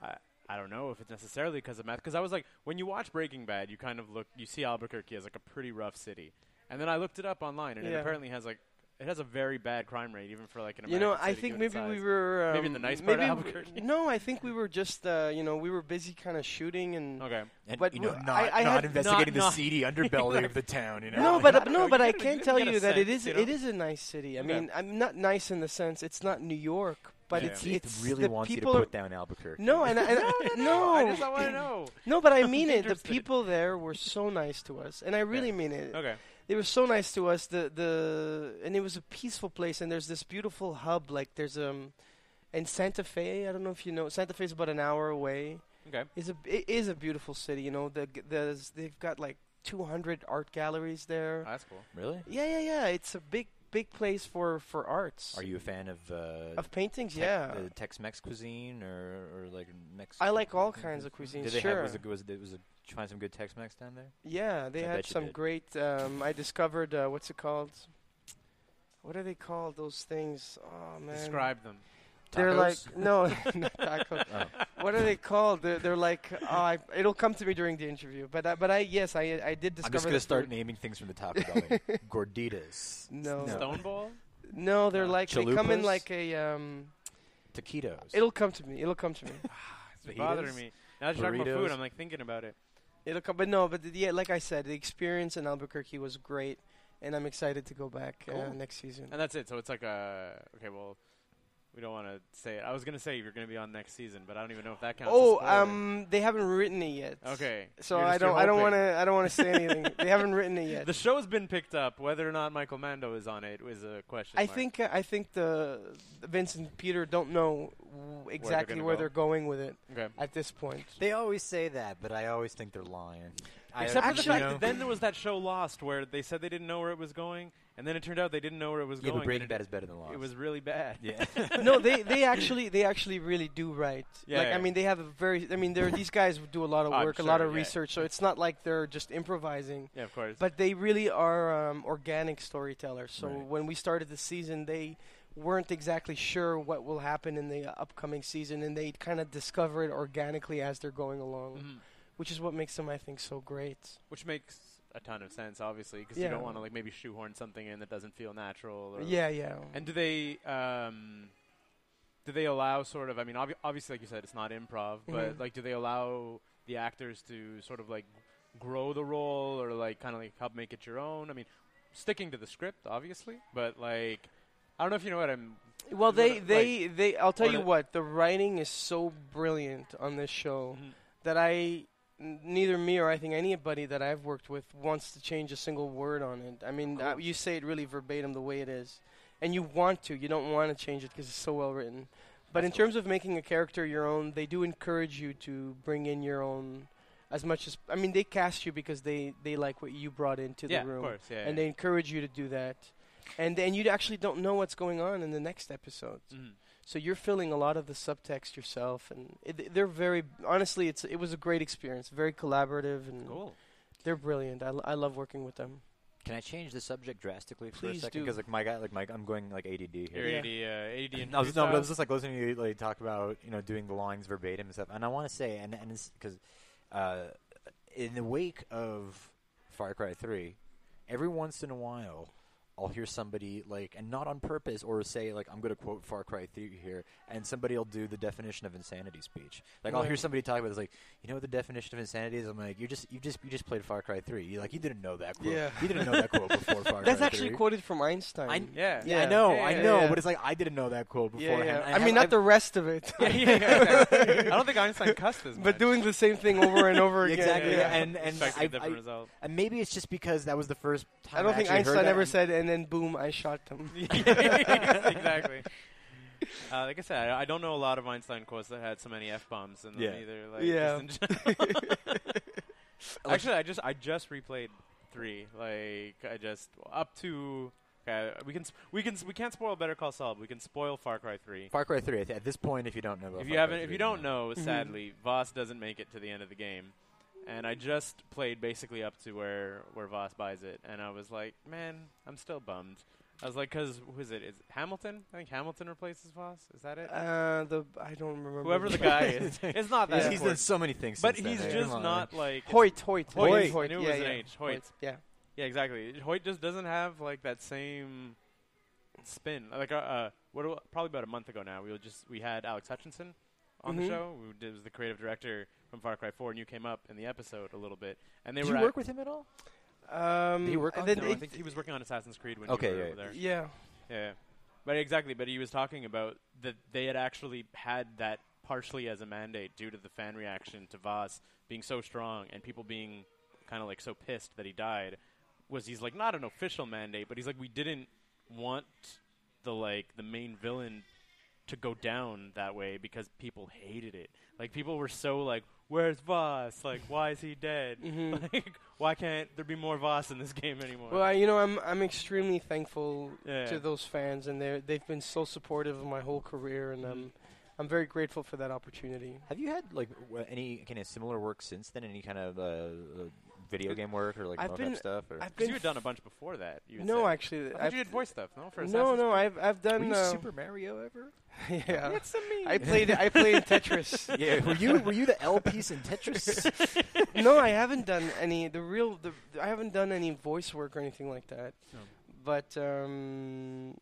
S2: I, I don't know if it's necessarily because of meth. Because I was like, when you watch Breaking Bad, you kind of look, you see Albuquerque as like a pretty rough city, and then I looked it up online, and it
S3: Yeah.
S2: apparently has like, it has a very bad crime rate, even for like an.
S3: you know,
S2: American
S3: I
S2: city
S3: think
S2: given its
S3: maybe we
S2: size.
S3: were um,
S2: Maybe in the nice part of
S3: maybe we-
S2: Albuquerque.
S3: No, I think we were just uh, you know we were busy kind of shooting and
S2: Okay.
S4: And,
S3: But
S4: you know,
S3: w-
S4: not,
S3: I- I
S4: not
S3: had-
S4: investigating
S2: not- not-
S4: the seedy underbelly of the town. You know?
S3: no,
S2: I
S3: but
S2: don't know,
S3: no, but
S2: you
S3: I
S2: gotta-
S3: can
S2: you
S3: tell
S2: gotta
S3: you that it
S2: sense,
S3: is
S2: you know?
S3: it is a nice city. I
S2: Okay.
S3: mean, I'm not nice in the sense it's not New York, but
S2: Yeah.
S3: it's
S4: Keith
S3: it's
S4: really
S3: the
S4: wants you to
S3: people are-
S4: put down Albuquerque.
S3: no, and, I-
S2: [laughs]
S3: and I-
S2: I
S3: no,
S2: just I want to
S3: [laughs]
S2: know. [laughs]
S3: no, but I mean it. The
S2: interested.
S3: people there were so nice to us, and I really mean it.
S2: Okay.
S3: They were so nice to us. The the and it was a peaceful place. And there's this beautiful hub. Like there's um, in Santa Fe. I don't know if you know. Santa Fe is about an hour away.
S2: Okay.
S3: is a it is a beautiful city. You know, the g- there's they've got like 200 art galleries
S2: Oh,
S3: there.
S2: that's cool.
S4: Really?
S3: yeah, yeah, yeah. It's a big big place for for arts.
S4: Are you a fan of uh,
S3: of paintings?
S4: Tex-
S3: yeah.
S4: the Tex-Mex cuisine or, or like Mexican?
S3: I like all kinds of cuisines.
S4: Did they
S3: sure.
S4: have? Was it, was it, was it, did you find some good Tex-Mex down there?
S3: yeah, they
S4: I
S3: had
S4: bet you
S3: some
S4: did.
S3: great. Um, I discovered uh, what's it called? What are they called? Those things? Oh man.
S2: Describe them.
S3: They're
S4: Tacos?
S3: like no, [laughs] not tacos.
S4: Oh.
S3: What are they called? They're, they're like oh, I, it'll come to me during the interview. But I, but I yes, I I did discover.
S4: I'm just gonna
S3: the
S4: start
S3: food.
S4: naming things from the
S3: [laughs]
S4: top of the Gorditas,
S3: No.
S4: No.
S2: Stone Bowl.
S3: [laughs] No, they're
S2: Uh,
S3: like they come in
S4: chalupas?
S3: like a um.
S4: taquitos.
S3: It'll come to me. It'll come to me.
S2: It's been bothering
S4: Fajitas?
S2: me. Now that you're talking about
S4: Burritos?
S2: food, I'm like thinking about it.
S3: It'll come. But no, but the, yeah, like I said, the experience in Albuquerque was great, and I'm excited to go back uh,
S2: Cool.
S3: next season.
S2: And that's it. So it's like a okay. Well, we don't want to say it. I was gonna say you're gonna be on next season, but I don't even know if that counts. as
S3: Oh,
S2: spoiler.
S3: um, they haven't written it yet.
S2: Okay.
S3: So
S2: You're
S3: I
S2: just- you're
S3: don't. I don't
S2: hoping.
S3: want to. I don't want to say
S2: [laughs]
S3: anything. they haven't written it yet.
S2: The show's been picked up. Whether or not Michael Mando is on it is a question.
S3: I
S2: mark.
S3: think. Uh, I think the Vince and Peter don't know w- exactly
S2: gonna
S3: where
S2: go.
S3: they're going with it
S2: Okay.
S3: at this point.
S4: They always say that, but I always think they're lying.
S2: Except for the fact
S4: know,
S2: that then there was that show Lost where they said they didn't know where it was going, and then it turned out they didn't know where it was
S4: yeah,
S2: going.
S4: but Breaking
S2: and it,
S4: Bad is better than Lost.
S2: it was really bad.
S4: [laughs] yeah.
S3: [laughs] no, they they actually they actually really do write.
S2: Yeah,
S3: like
S2: yeah.
S3: I mean, they have a very. I mean, there these guys do a lot of
S2: I'm
S3: work, a lot
S2: sure,
S3: of
S2: yeah.
S3: research. So it's not like they're just improvising.
S2: [laughs] Yeah, of course.
S3: But they really are um, organic storytellers. So
S4: Right.
S3: when we started the season, they weren't exactly sure what will happen in the upcoming season, and they kind of discover it organically as they're going along,
S2: Mhm.
S3: which is what makes them, I think, so great.
S2: Which makes a ton of sense, obviously, because you
S3: Yeah.
S2: don't want to like maybe shoehorn something in that doesn't feel natural. Or
S3: Yeah, yeah.
S2: And do they um, do they allow sort of? I mean, obvi- obviously, like you said, it's not improv, but
S3: Mhm.
S2: like, do they allow the actors to sort of like grow the role or like kind of like help make it your own? I mean, sticking to the script, obviously, but like, I don't know if you know what I'm.
S3: well,
S2: Is it
S3: they
S2: a-
S3: they they. I'll tell
S2: or
S3: you
S2: the-
S3: what, the writing is so brilliant on this show.
S2: Mhm.
S3: that I n- neither me or I think anybody that I've worked with wants to change a single word on it. I mean, uh,
S2: Cool.
S3: you say it really verbatim the way it is, and you want to. You don't want to change it because it's so well written. But in
S2: That's
S3: terms of making a character your own, they do encourage you to bring in your own as much as. I mean, they cast you because they they like what you brought into
S2: yeah,
S3: the room,
S2: of course, yeah.
S3: and
S2: yeah.
S3: they encourage you to do that. And and you actually don't know what's going on in the next episode.
S2: Mhm.
S3: So you're filling a lot of the subtext yourself, and it, they're very honestly. It's it was a great experience, very collaborative, and
S5: Cool.
S3: they're brilliant. I, l- I love working with them.
S4: Can I change the subject drastically for a
S3: Please
S4: second?
S3: do.
S4: Because like my guy, like my, I'm going like ADD
S2: Your
S4: here.
S3: Yeah.
S2: AD, uh, AD and
S4: I was, no, but I was just like listening to you like, talk about you know doing the lines verbatim and stuff, and I want to say and and because uh, in the wake of Far Cry Three, every once in a while. I'll hear somebody like, and not on purpose, or say like, "I'm going to quote Far Cry 3 here," and somebody will do the definition of insanity speech. Like, I'll hear
S3: Right.
S4: somebody talk about this, like, "You know what the definition of insanity is?" I'm like, "You just, you just, you just played Far Cry 3. You like, you didn't know that quote.
S3: Yeah.
S4: You didn't know that
S3: [laughs]
S4: quote before Far
S3: That's
S4: Cry
S3: actually
S4: 3.
S3: quoted from Einstein.
S4: I-
S2: yeah.
S4: Yeah, I
S3: Yeah.
S4: know,
S2: Yeah,
S4: I
S2: yeah,
S4: know,
S3: yeah.
S4: but it's like I didn't know that quote
S3: yeah,
S4: beforehand.
S3: yeah.
S4: and
S3: I, mean,
S4: have-
S3: not
S4: I've-
S3: the rest of it,
S2: [laughs] yeah, yeah, yeah, yeah. I don't think Einstein cussed as much.
S3: [laughs] but doing the same thing over and over again.
S4: exactly.
S2: yeah, yeah.
S4: And and
S2: Expecting a
S4: I,
S2: different
S4: I,
S2: result.
S4: and maybe it's just because that was the first time.
S3: I don't think Einstein ever
S4: ever
S3: said, and then boom, I shot them. [laughs]
S2: [laughs] exactly. Uh, like I said, I, I don't know a lot of Einstein quotes that had so many f bombs in them
S4: Yeah.
S2: either. Like,
S3: Yeah.
S2: just in [laughs] general. Actually, I just I just replayed three. Like I just up to. Okay, we can s- we can s- we can't spoil Better Call Saul. But we can spoil Far Cry Three.
S4: Far Cry Three. I thi- At this point, if you don't know, about
S2: if
S4: Far
S2: you
S4: Cry
S2: haven't,
S4: 3,
S2: if you don't know,
S3: Mhm.
S2: sadly, Voss doesn't make it to the end of the game, and I just played basically up to where where Voss buys it, and I was like, man, I'm still bummed. I was like, because who is it? Is it Hamilton? I think Hamilton replaces Voss. Is that it?
S3: Uh, the I don't remember
S2: Whoever the
S3: [laughs] name.
S2: guy is, it's not that.
S3: Yeah.
S4: he's done
S2: important.
S4: so many things,
S2: but
S4: since then,
S2: he's
S4: hey,
S2: just
S4: come on.
S2: not like
S3: Hoyt, Hoyt,
S2: Hoyt.
S3: Hoyt,
S2: I knew it
S3: yeah,
S2: was an
S3: yeah.
S2: H. Hoyt.
S3: yeah.
S2: Yeah, exactly. Hoyt just doesn't have like that same spin. Like uh, uh what do- probably about a month ago now, we were just we had Alex Hutchinson on the
S4: Mm-hmm.
S3: Mhm.
S2: show. Who did, was the creative director from Far Cry 4, and you came up in the episode a little bit. And they
S4: Did
S2: were
S4: you
S2: at-
S4: work with him at all?
S3: Um,
S4: Did he work
S3: and
S4: on
S3: then
S2: No, I
S3: it-
S2: think he was working on Assassin's Creed when
S4: Okay,
S2: you were
S4: yeah,
S2: over there.
S3: Yeah,
S2: Yeah. But exactly, but he was talking about that they had actually had that partially as a mandate due to the fan reaction to Voss being so strong and people being kind of like so pissed that he died was he's like not an official mandate, but he's like we didn't want the like the main villain to go down that way because people hated it. Like people were so like where's Voss? Like why is he dead?
S3: Mm-hmm.
S2: [laughs] Like why can't there be more Voss in this game anymore?
S3: Well, I, you know, I'm I'm extremely thankful
S2: Yeah.
S3: to those fans, and they they've been so supportive of my whole career, and
S2: Mm-hmm.
S3: um, I'm very grateful for that opportunity.
S4: Have you had like w- any kind of similar work since then? Any kind of uh, uh, video game work or like
S3: I've
S4: mock-up
S3: been-
S4: stuff? Or
S3: I've
S2: 'Cause
S3: been
S2: you had done a bunch before that. You had
S3: no,
S2: said.
S3: actually,
S2: I thought
S3: I've,
S2: you did voice stuff, no? For
S3: no,
S2: Assassin's
S3: no, I've I've
S4: were
S3: done.
S4: you
S2: um,
S3: uh,
S4: Super Mario
S2: [laughs]
S4: ever?
S3: [laughs] yeah,
S2: me.
S3: I played I played
S2: [laughs]
S3: Tetris. [laughs]
S4: Yeah. Were you were you the L piece in Tetris?
S3: no, I haven't done any. The real, the, I haven't done any voice work or anything like that.
S2: No.
S3: But um,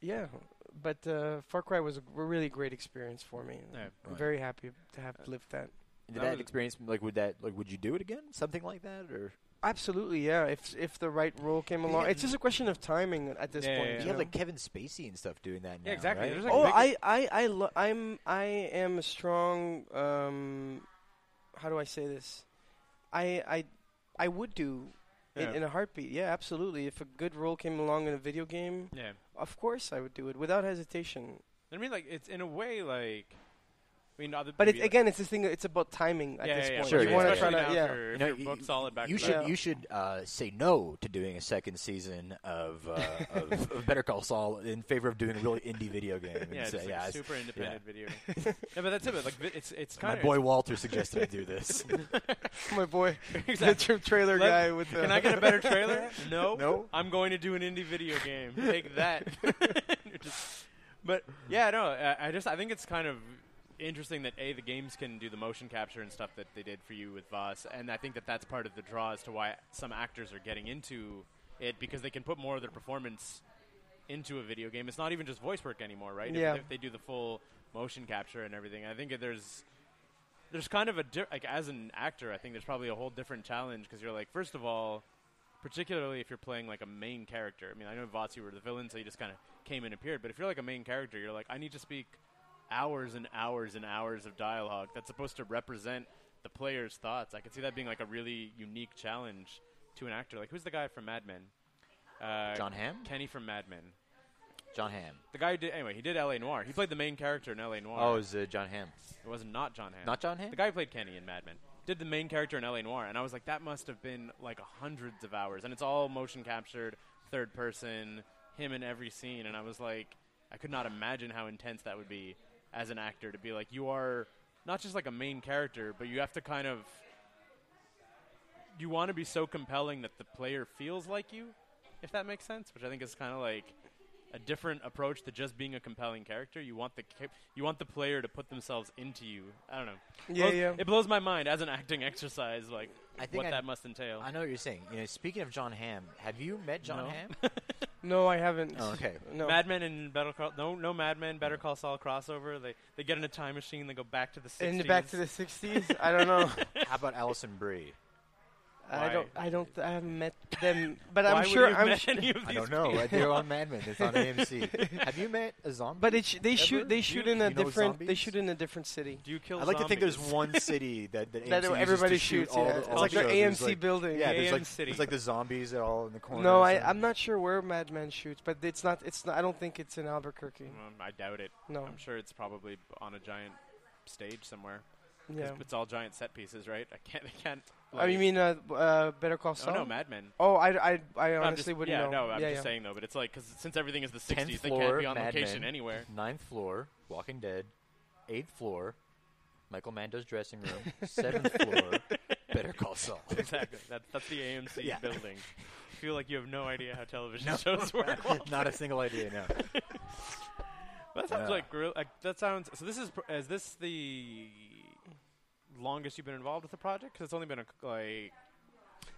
S3: yeah, but uh, Far Cry was a g- really great experience for me.
S2: Yeah. Uh,
S3: I'm
S4: Right.
S3: very happy to have lived that.
S4: Did
S2: That
S4: that
S2: was-
S4: experience like would that like would you do it again? Something like that or
S3: Absolutely, yeah. If if the right role came along, it's just a question of timing at this
S2: Yeah,
S3: point.
S2: yeah,
S3: you
S2: yeah.
S4: you have
S3: know?
S4: like Kevin Spacey and stuff doing that now.
S2: Yeah, exactly.
S4: right?
S2: There's, like,
S3: oh,
S2: big-
S3: I I I lo- I'm I am a strong. Um, how do I say this? I I I would do. In,
S2: Yeah.
S3: in a heartbeat, yeah, absolutely. If a good role came along in a video game,
S2: Yeah.
S3: Of course, I would do it without hesitation.
S2: I mean, like, it's in a way, like. I mean, other
S3: But it,
S2: maybe, like-
S3: again, it's this thing. It's about timing at
S2: yeah,
S3: this
S2: yeah, yeah.
S3: point.
S4: Sure,
S3: you
S4: yeah,
S3: want
S4: yeah.
S3: to try
S2: Especially
S3: to,
S2: now
S3: yeah.
S2: If
S4: You
S2: you're,
S4: know,
S2: if your
S4: y-
S2: book's solid back
S4: you
S2: to
S4: should
S2: back.
S3: Yeah.
S4: you should uh, say no to doing a second season of, uh, of, of Better Call Saul in favor of doing a really indie video game.
S2: [laughs]
S4: and
S2: Yeah,
S4: say,
S2: just like
S4: yeah, it's-
S2: super independent
S3: [laughs]
S2: video. game. yeah, but that's it. But like, vi- it's it's
S4: my
S2: kind of
S4: boy Walter suggested I do this.
S3: [laughs] my boy,
S2: [laughs] Exactly.
S3: the tra- trailer
S2: Let-
S3: guy with the.
S2: Can I get a better trailer? No.
S4: No.
S2: I'm going to do an indie video game. Take that. [laughs] You're just- but yeah, no. I, I just I think it's kind of interesting that a the games can do the motion capture and stuff that they did for you with Voss, and I think that that's part of the draw as to why some actors are getting into it because they can put more of their performance into a video game. It's not even just voice work anymore, right? If-
S3: Yeah.
S2: If, they do the full motion capture and everything, I think that there's there's kind of a di- like as an actor, I think there's probably a whole different challenge because you're like, first of all, particularly if you're playing like a main character. I mean, I know Vots, you were the villain, so you just kind of came and appeared. But if you're like a main character, you're like, I need to speak hours and hours and hours of dialogue that's supposed to represent the player's thoughts. I could see that being like a really unique challenge to an actor. Like, who's the guy from Mad Men? Uh,
S4: John Hamm?
S2: Kenny from Mad Men.
S4: John Hamm.
S2: The guy who did anyway. He did L.A. Noir. He played the main character in L.A. Noir.
S4: Oh, it was uh, John Hamm.
S2: It was not John Hamm.
S4: Not John Hamm?
S2: The guy who played Kenny in Mad Men did the main character in L.A. Noir, and I was like, that must have been like hundreds of hours, and it's all motion captured, third person, him in every scene, and I was like, I could not imagine how intense that would be as an actor to be like you are not just like a main character, but you have to kind of you want to be so compelling that the player feels like you, if that makes sense. Which I think is kind of like a different approach to just being a compelling character. You want the ca- you want the player to put themselves into you. I don't know.
S3: [laughs]
S2: [laughs]
S3: Yeah,
S2: Blows-
S3: yeah.
S2: It blows my mind as an acting exercise, like
S4: I think
S2: what
S4: I-
S2: that must entail.
S4: I know what you're saying. You know, speaking of John Hamm, have you met John
S2: No. [laughs]
S4: Hamm?
S3: No, I haven't.
S4: Oh, okay.
S3: [laughs] No.
S2: Mad Men and Better Call no no Mad Men Better Call Saul crossover. They they get in a time machine. They go back to the 60s.
S3: And back to the '60s. I don't
S2: [laughs]
S3: know.
S4: How about Allison Brie?
S3: I
S2: Why?
S3: don't. I don't. I haven't met them. But
S2: Why
S3: I'm
S2: would
S3: sure.
S2: you
S3: I'm.
S2: met
S3: Sh-
S2: any of these
S4: I don't know.
S2: people?
S4: They're on Mad Men. It's on AMC. [laughs] have you met a zombie?
S3: [laughs] but it sh- they shoot. They
S4: You-
S3: shoot in a
S4: you know
S3: different. They
S4: zombies?
S3: shoot in a different city.
S2: [laughs] Do you kill?
S4: I like to think there's
S2: zombies?
S4: [laughs] one city that, that, AMC
S3: That
S4: uses to
S3: everybody
S4: shoot
S3: shoots.
S4: all
S3: yeah.
S4: the-
S3: it's
S4: all
S3: like
S4: the
S3: their
S4: shows. There's
S3: AMC
S4: like-
S3: building.
S4: Yeah,
S2: AM
S4: there's like,
S2: city.
S4: there's like the zombies that are all in the corners.
S3: No, I,
S4: and-
S3: I'm not sure where Mad Men shoots, but it's not. It's not. I don't think it's in Albuquerque.
S2: Um, I doubt it.
S3: No.
S2: I'm sure it's probably b- on a giant stage somewhere. 'Cause
S3: Yeah.
S2: It's all giant set pieces, right? I can't. [laughs] I can't.
S3: I
S2: like-
S3: mean, uh, uh, Better Call
S2: oh
S3: Saul.
S2: no, Mad Men.
S3: Oh, I, I, I
S2: No, I'm
S3: honestly
S2: just,
S3: wouldn't
S2: yeah,
S3: know.
S2: no, I'm
S3: yeah,
S2: just
S3: yeah.
S2: saying though, but it's like because since everything is the 60s,
S4: Tenth
S2: they
S4: floor,
S2: can't be on
S4: Mad
S2: location
S4: Men.
S2: anywhere.
S4: Ninth floor, Walking Dead. Eighth floor, Michael Mando's dressing room.
S3: [laughs]
S4: Seventh floor, Better Call Saul.
S2: exactly. That, that's the AMC
S4: Yeah.
S2: building. I feel like you have no idea how television
S4: [laughs]
S2: shows work.
S4: Not a single idea. No.
S2: That sounds
S4: Yeah.
S2: like real. Like, that sounds. So this is pr- is this the longest you've been involved with the project? Because it's only been a, c- like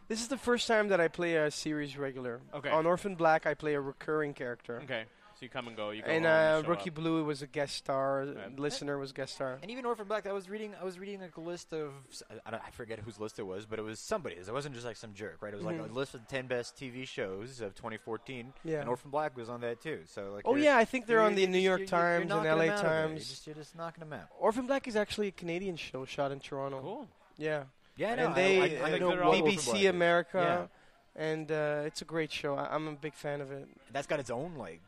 S3: This is the first time that I play a series regular.
S2: Okay.
S3: On Orphan Black, I play a recurring character.
S2: okay. So you come and go. You go
S3: And
S2: home, you
S3: uh,
S2: show
S3: Rookie
S2: up.
S3: Blue was a guest star.
S2: Right.
S3: Listener was guest star.
S4: And even Orphan Black, I was reading. I was reading like a list of s- I, don't, I forget whose list it was, but it was somebody's. It wasn't just like some jerk, right? It was like
S3: Mhm.
S4: a list of the ten best TV shows of 2014.
S3: Yeah.
S4: And Orphan Black was on that too. So like,
S3: Oh
S4: you're-
S3: yeah, I think they're
S4: you're-
S3: on the
S4: you're
S3: New
S4: just-
S3: York
S4: you're- you're
S3: Times and
S4: knocking 'em
S3: LA
S4: out of there. You're
S3: Times.
S4: just, you're just knocking them out.
S3: Orphan Black is actually a Canadian show shot in Toronto.
S2: Cool.
S3: Yeah.
S4: Yeah,
S3: and they
S2: I
S3: and
S2: know
S3: they're
S2: what
S3: all
S2: Orphan
S3: BBC America, and uh, it's a great show. I, I'm a big fan of it.
S4: That's got its own like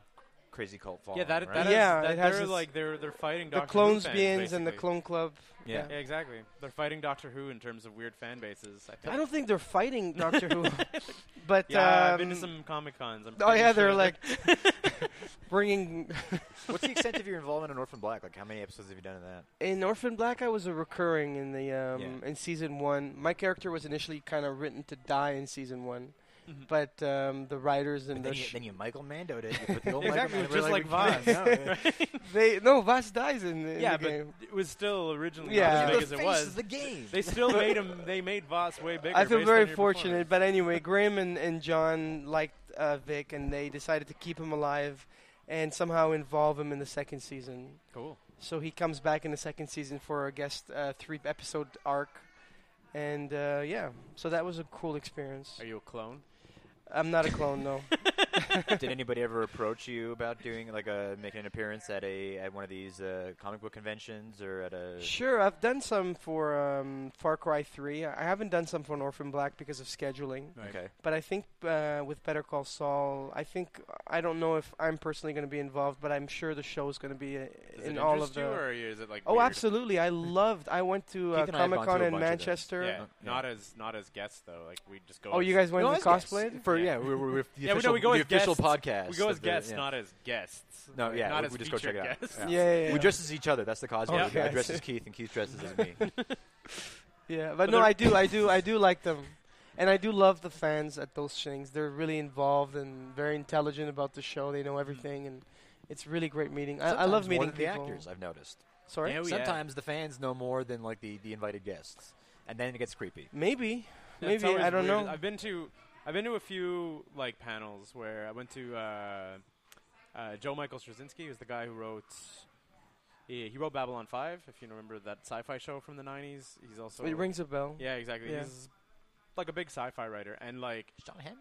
S4: crazy cult following.
S2: Yeah, that,
S4: right?
S2: that
S3: is- Yeah,
S2: that
S3: it has
S2: they're
S3: its-
S2: like they're they're fighting
S3: The
S2: Doctor Who
S3: Clones
S2: fans,
S3: Beans and the
S2: basically.
S3: Clone Club.
S4: Yeah.
S2: Yeah, exactly. They're fighting Doctor Who in terms of weird fan bases. I, think.
S3: I don't think they're fighting Doctor Who, but
S2: Yeah, I've been to
S3: um,
S2: some comic cons.
S3: oh yeah,
S2: [laughs]
S3: they're like [laughs] bringing
S4: What's the extent of your involvement in Orphan Black? Like, how many episodes have you done of that?
S3: in Orphan Black. I was a recurring in the um,
S4: Yeah.
S3: in season one. My character was initially kind of written to die in season one,
S2: Mhm.
S3: but um, the writers and
S4: But then,
S3: the
S4: you,
S3: sh-
S4: then you Michael Mando it. You put the [laughs] old
S2: Exactly,
S4: Michael Mando,
S2: just
S4: we're
S2: like
S4: we can't- [laughs] no,
S3: they no Voss dies in the, in
S2: yeah,
S3: the
S2: but
S3: game.
S2: it was still originally
S3: [laughs] Yeah.
S2: not as
S3: You're
S4: the
S2: big as it
S4: face
S2: was.
S4: of the game. [laughs]
S2: They still made him. They made Voss way bigger.
S3: I feel
S2: based
S3: very
S2: on your
S3: fortunate,
S2: performance. [laughs]
S3: but anyway, Graham and, and John liked uh, Vic, and they decided to keep him alive, and somehow involve him in the second season.
S2: Cool.
S3: So he comes back in the second season for a guest uh, three episode arc. And uh, yeah, so that was a cool experience.
S2: Are you a clone?
S3: I'm not a clone, no.
S4: Did anybody ever approach you about doing like a making an appearance at a at one of these uh, comic book conventions or at a?
S3: Sure, I've done some for um, Far Cry 3. I haven't done some for Orphan Black because of scheduling.
S4: Okay.
S3: But I think uh, with Better Call Saul, I think I don't know if I'm personally going to be involved, but I'm sure the show is going to be uh,
S2: Does
S3: in
S2: it
S3: all
S2: interest
S3: of the.
S2: you, or are you, is it like?
S3: oh,
S2: weird?
S3: absolutely!
S4: [laughs]
S3: I loved. I went to uh,
S4: Keith and I have gone
S3: Comic Con
S4: to a
S3: in
S4: bunch of those.
S3: Manchester.
S2: Yeah,
S4: Yeah.
S2: not as not as guests though. Like we just go.
S3: Oh,
S2: as-
S3: you guys went
S4: No,
S3: and
S4: as guests.
S3: cosplayed?
S4: For yeah, we, we, we, the
S2: [laughs] Yeah, we- no,
S4: official,
S2: we go
S4: the
S2: as
S4: official
S2: guests.
S4: podcast.
S2: We go as
S4: of the-
S2: guests,
S4: yeah.
S2: not as guests.
S4: No, yeah,
S2: not
S4: we,
S2: as
S4: we just go check
S2: featured
S4: it out.
S2: guests.
S4: Yeah.
S3: Yeah, yeah,
S4: We
S3: yeah.
S4: dress as each other. That's the cosplay.
S2: Oh, Yeah.
S4: I
S2: [laughs]
S3: Okay.
S4: dress as Keith, and Keith dresses as me.
S3: Yeah,
S2: But
S3: but no,
S2: they're-
S3: I do,
S2: [laughs]
S3: I do, I do like them, and I do love the fans at those things. They're really involved and very intelligent about the show. They know everything, and it's really great meeting. I, I love
S4: Sometimes
S3: meeting
S4: more than the
S3: people.
S4: actors. I've noticed.
S3: Sorry,
S2: Oh, Yeah, we-
S4: Sometimes the fans know more than like the, the invited guests, and then it gets creepy.
S3: maybe,
S2: That's
S3: maybe
S2: always
S3: I don't
S2: weird.
S3: know.
S2: I've been to I've been to a few like panels where I went to uh, uh, Joe Michael Straczynski, who's the guy who wrote. Yeah, he wrote Babylon Five. If you remember that sci-fi show from the '90s, he's also
S3: It rings a bell.
S2: Yeah, exactly.
S3: Yeah.
S2: He's like a big sci-fi writer, and like
S4: Is John Hammond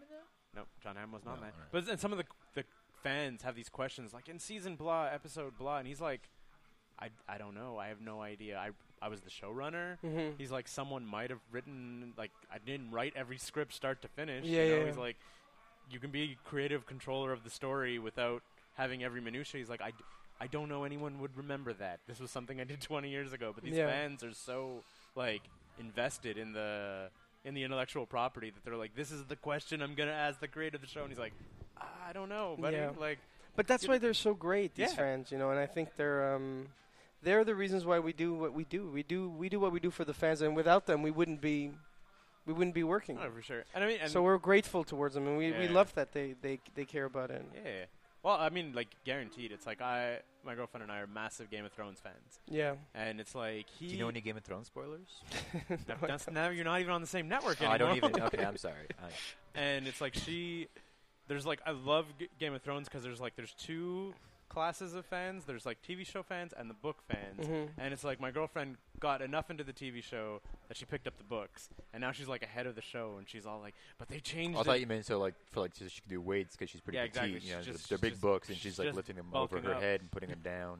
S4: now?
S2: no, John Hamm was not
S4: No,
S2: that.
S4: alright.
S2: But and some of the the fans have these questions, like in season blah, episode blah, and he's like, I I don't know, I have no idea. I I was the showrunner.
S3: Mhm.
S2: He's like, someone might have written like I didn't write every script start to finish.
S3: Yeah,
S2: you know?
S3: yeah,
S2: He's
S3: yeah.
S2: like, you can be creative controller of the story without having every minutia. He's like, I. D- I don't know anyone would remember that. This was something I did [laughs] 20 years ago, but these
S3: Yeah.
S2: fans are so like invested in the in the intellectual property that they're like, this is the question I'm gonna ask the creator of the show, and he's like, "Ah, I don't know, buddy.
S3: Yeah.
S2: Like,
S3: But that's why they're so great, these
S2: Yeah.
S3: fans, you know. And I think they're um, they're the reasons why we do what we do. We do we do what we do for the fans, and without them, we wouldn't be we wouldn't be working.
S2: Oh, for sure. And I mean, and
S3: so we're grateful towards them, and we, we
S2: Yeah.
S3: love that they, they they care about it.
S2: yeah. Well, I mean, like guaranteed. It's like I, my girlfriend and I are massive Game of Thrones fans,
S3: Yeah.
S2: and it's like he.
S4: Do you know
S2: [laughs]
S4: any Game of Thrones spoilers?
S2: that-
S4: [laughs]
S2: that's- now you're not even on the same network
S4: Oh,
S2: anymore.
S4: I don't even. Okay, I'm sorry.
S2: [laughs]
S4: I-
S2: and it's like she there's like I love G- Game of Thrones because there's like there's two classes of fans. There's like TV show fans and the book fans.
S3: Mhm.
S4: Mm-hmm.
S2: And it's like my girlfriend got enough into the TV show that she picked up the books, and now she's like ahead of the show, and she's all like, "But they changed."
S4: Oh, I
S2: it."
S4: thought you meant so like for like so she could do weights because she's pretty
S2: Yeah,
S4: petite.
S2: exactly.
S4: You know,
S2: She's just-
S4: they're big
S2: just-
S4: books and she's like
S2: just
S4: lifting them over
S2: bulking
S4: her
S2: up.
S4: head and putting them down.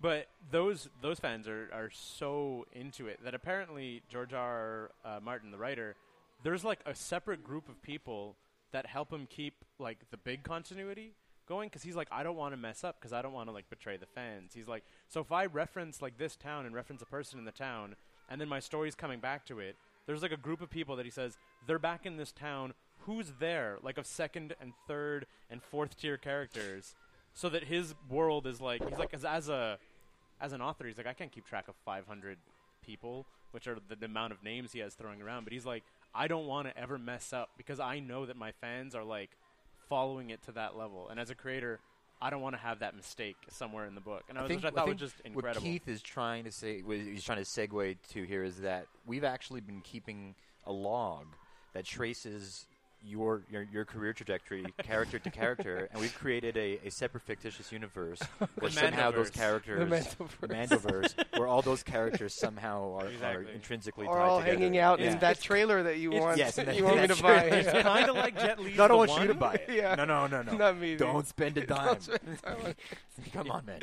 S2: But those those fans are, are so into it that apparently George R. R. Uh, Martin, the writer, there's like a separate group of people that help him keep like the big continuity going because he's like, I don't want to mess up because I don't want to like betray the fans. He's like, so if I reference like this town and reference a person in the town, and then my story's coming back to it, there's like a group of people that he says they're back in this town. Who's there? Like of second and third and fourth tier characters, so that his world is like he's like as, as a as an author, he's like, I can't keep track of 500 people, which are the, the amount of names he has throwing around. But he's like, I don't want to ever mess up because I know that my fans are like following it to that level. And as a creator, I don't want to have that mistake somewhere in the book. And I, was, which I thought was just incredible. [laughs]
S4: What Keith is trying to say, what he's trying to segue to here is that we've actually been keeping a log that traces your your, your
S2: [laughs]
S4: career trajectory, character to character, and we've created a, a separate fictitious
S2: [laughs]
S4: universe where somehow those
S2: Mandoverse.
S4: characters,
S3: Mandoverse.
S4: the Mandoverse, where all those characters somehow are, are
S2: Exactly.
S4: intrinsically
S3: Or
S4: tied
S3: all
S4: together.
S3: hanging out
S4: Yeah.
S2: [laughs]
S3: in that trailer that you
S2: It's-
S3: want
S4: yes,
S3: [laughs]
S4: in that-
S3: you want me
S2: [laughs]
S3: to
S4: that's
S3: buy.
S4: right.
S3: Yeah. [laughs]
S2: kind of like
S4: [laughs]
S2: Jet Li's
S4: Not
S2: the
S4: I want
S2: one.
S4: you to buy it.
S3: Yeah.
S4: No, no, no, no.
S3: Not me,
S4: Don't
S3: dude.
S4: spend a dime.
S3: Don't spend time
S4: [laughs] Come
S2: [laughs]
S4: on, man.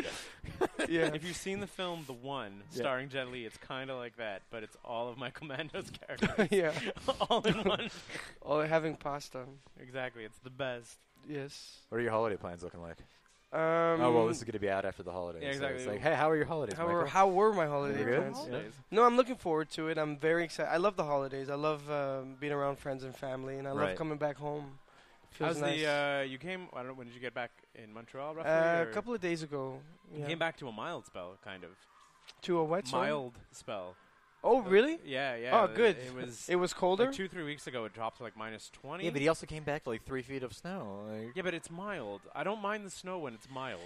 S3: on- [laughs] yeah.
S2: [laughs] If you've seen the film The One,
S4: Yeah.
S2: starring Jet Li, it's kind of like that, but it's all of Michael Mando's [laughs] characters
S3: [laughs] yeah.
S2: all in one.
S3: Or having pasta.
S2: exactly, it's the best.
S3: Yes.
S4: What are your holiday plans looking like?
S3: Um,
S4: oh well, this is going to be out after the holidays.
S2: Yeah, exactly.
S4: So it's like, hey, how are your holidays?
S3: how
S4: Michael?
S3: were, how were my holiday
S4: Pretty good.
S3: plans?
S4: Yeah.
S2: Holidays.
S3: No, I'm looking forward to it. I'm very excited. I love the holidays. I love um, being around friends and family, and I love
S4: Right.
S3: coming back home. Feels
S2: How's
S3: nice.
S2: the? Uh, you came. I don't know. When did you get back in Montreal? Roughly.
S3: Uh,
S2: or-
S3: a couple of days ago,
S2: You
S3: yeah.
S2: Came back to a mild spell, kind of
S3: to a wet zone.
S2: mild spell.
S3: Oh, really?
S2: Yeah, yeah.
S3: Oh,
S2: the-
S3: good.
S2: It was
S3: It was colder.
S2: like two, three weeks ago. It dropped to like minus twenty.
S4: Yeah, but he also came back to like three feet of snow. Like,
S2: Yeah, but it's mild. I don't mind the snow when it's mild.